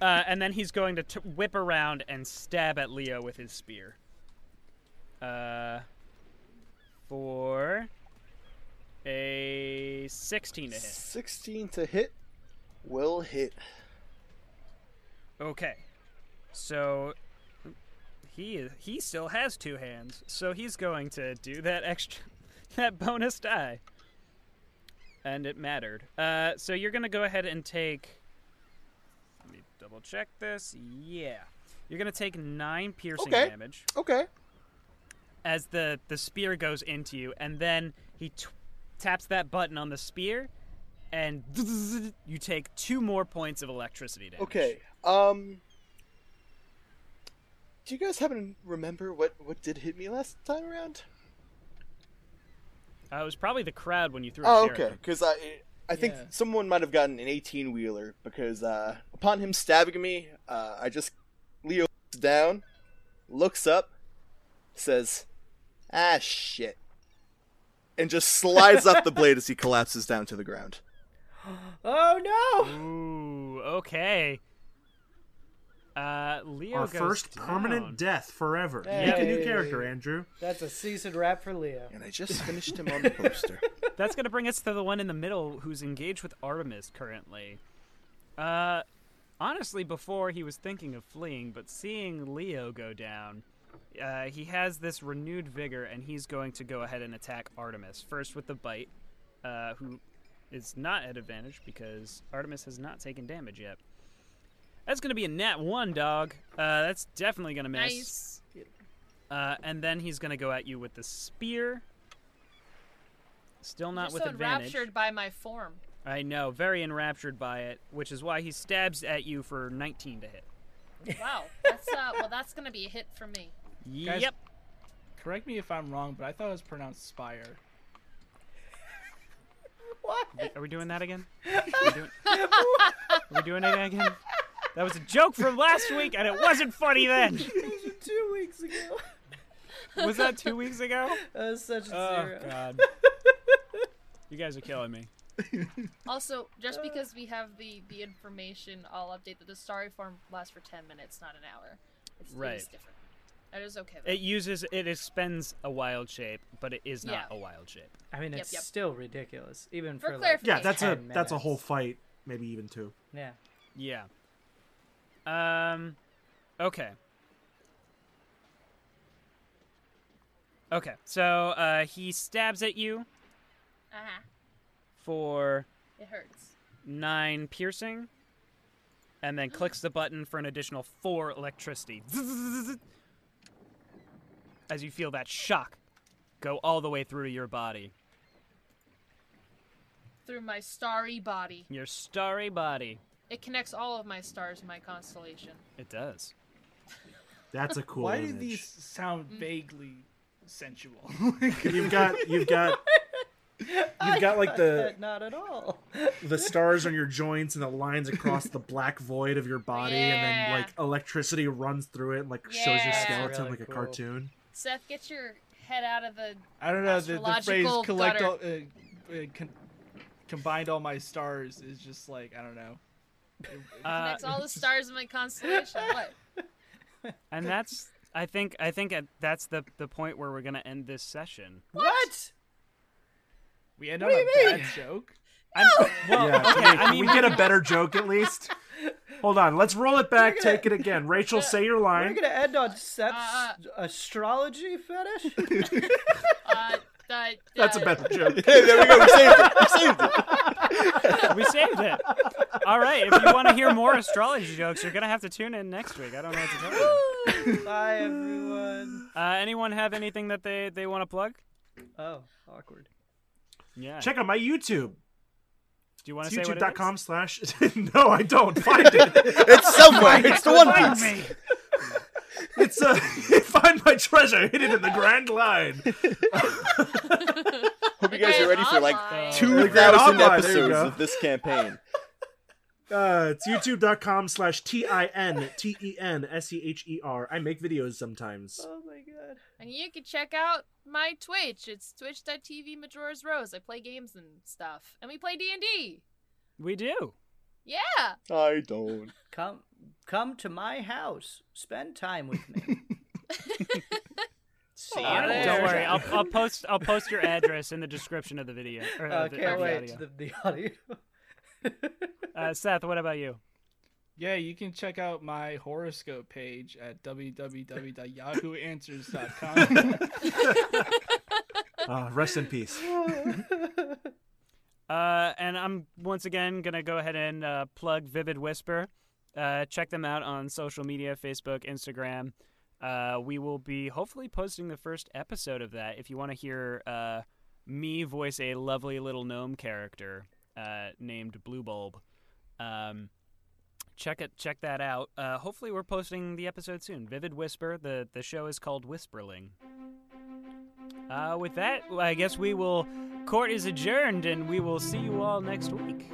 Uh, and then he's going to t- whip around and stab at Leo with his spear. Uh, for a 16 to hit.
16 to hit will hit.
Okay. So he is, he still has two hands, so he's going to do that extra that bonus die. And it mattered. Uh, so you're going to go ahead and take Let me double check this. Yeah. You're going to take 9 piercing
Okay.
damage
Okay.
as the the spear goes into you and then he t- taps that button on the spear and you take two more points of electricity damage.
Okay. Um Do you guys happen to remember what what did hit me last time around?
Uh, it was probably the crowd when you threw. a chair
Oh,
at
okay.
them.
Because I, I think
Yeah.
someone might have gotten an eighteen wheeler because uh, upon him stabbing me, uh, I just Leo looks down, looks up, says, "Ah, shit," and just slides up the blade as he collapses down to the ground.
Oh no!
Ooh, okay. Uh, Leo
Our
goes
first
down.
permanent death forever.
Hey.
Make a new character, Andrew.
That's a season wrap for Leo.
And I just finished him on the poster.
That's going to bring us to the one in the middle who's engaged with Artemis currently. Uh, honestly, before he was thinking of fleeing, but seeing Leo go down, uh, he has this renewed vigor and he's going to go ahead and attack Artemis. First with the bite, uh, who is not at advantage because Artemis has not taken damage yet. That's going to be a nat 1, dog. Uh, that's definitely going to miss.
Nice.
Uh, and then he's going to go at you with the spear. Still not
You're
with
so
advantage.
enraptured by my form.
I know, very enraptured by it, which is why he stabs at you for 19 to hit.
Wow. That's uh well that's gonna be a hit for me.
Guys-
yep.
Correct me if I'm wrong, but I thought it was pronounced Spire.
Are we doing that again? Are we doing, are we doing it again? That was a joke from last week, and it wasn't funny then.
Two weeks ago.
Was that two weeks ago?
That was such a
Oh
zero.
God. You guys are killing me.
Also, just
Uh.
because we have the the information, I'll update that the starry form lasts for ten minutes, not an hour. It's, It is
Right.
different. That is okay. Though.
It uses it expends a wild shape, but it is not a
Yeah.
wild shape.
I mean,
Yep,
it's
yep.
still ridiculous, even
For
for, like,
Yeah, that's a
Ten
that's a
minutes.
whole fight, maybe even two.
yeah.
Yeah. Um. Okay. Okay. So uh, he stabs at you
uh-huh.
for
It hurts.
nine piercing, and then clicks the button for an additional four electricity. As you feel that shock go all the way through your body,
Through my starry body.
your starry body.
It connects all of my stars in my constellation.
It does.
That's a cool
Why
image.
do these sound vaguely sensual?
You've got you've got you've got like the
But not at all.
the stars on your joints and the lines across the black void of your body, and then
Yeah.
like electricity runs through it and like shows your
Yeah.
skeleton
Really
like a
cool.
cartoon.
Seth, get your head out of the
I don't know. The, the phrase
Astrological
"collect all, uh,
gutter.
uh, con- combined all my stars" is just like I don't know.
Uh,
connects all the stars in my constellation. What?
and that's. I think. I think at, that's the the point where we're gonna end this session.
What?
We end on a bad joke.
I'm, well, okay,
Yeah, can we,
I
can
mean,
we get a better joke at least. Hold on, let's roll it back.
We're gonna-
take it again. Rachel, say your
We're
line.
gonna end on Seth's
Uh,
astrology fetish.
Uh, the,
That's a
the-
better joke.
hey, there we go. We saved it. We saved it.
we saved it. All right, if you want to hear more astrology jokes, you're gonna have to tune in next week. I don't know what to tell you.
Bye, everyone.
Uh, anyone have anything that they they want to plug?
Oh, awkward.
Yeah.
Check out my YouTube.
Do you want
It's
to say what it is?
YouTube.com slash. no, I don't. Find it.
It's somewhere. It's the One
Find
Piece.
me.
It's a find my treasure hidden in the Grand Line.
Hope you guys
Guys,
are ready for like
online.
two
Grand Online,
thousand
there you
episodes
go.
of this campaign.
Uh, it's youtube.com slash T I N T E N S E H E R. I make videos sometimes.
Oh my god.
Uh, And you can check out my Twitch. It's twitch.tv Majora's Rose. I play games and stuff. And we play D&D.
We do.
Yeah.
I don't.
Come, come to my house. Spend time with me. See you
Uh,
there.
don't worry. I'll, I'll post I'll post your address in the description of the video. Or,
Oh,
of the,
can't
of the
wait.
audio.
The, the audio.
Uh, Seth, what about you?
Yeah, you can check out my horoscope page at www.yahooanswers.com.
Uh, rest in peace.
Uh, and I'm once again going to go ahead and uh, plug Vivid Whisper. Uh, check them out on social media Facebook, Instagram. Uh, we will be hopefully posting the first episode of that. If you want to hear uh, me voice a lovely little gnome character uh, named Blue Bulb, um, check it. Check that out. Uh, hopefully, we're posting the episode soon. Vivid Whisper. the The show is called Whisperling. Uh, with that, I guess we will. Court is adjourned, and we will see you all next week.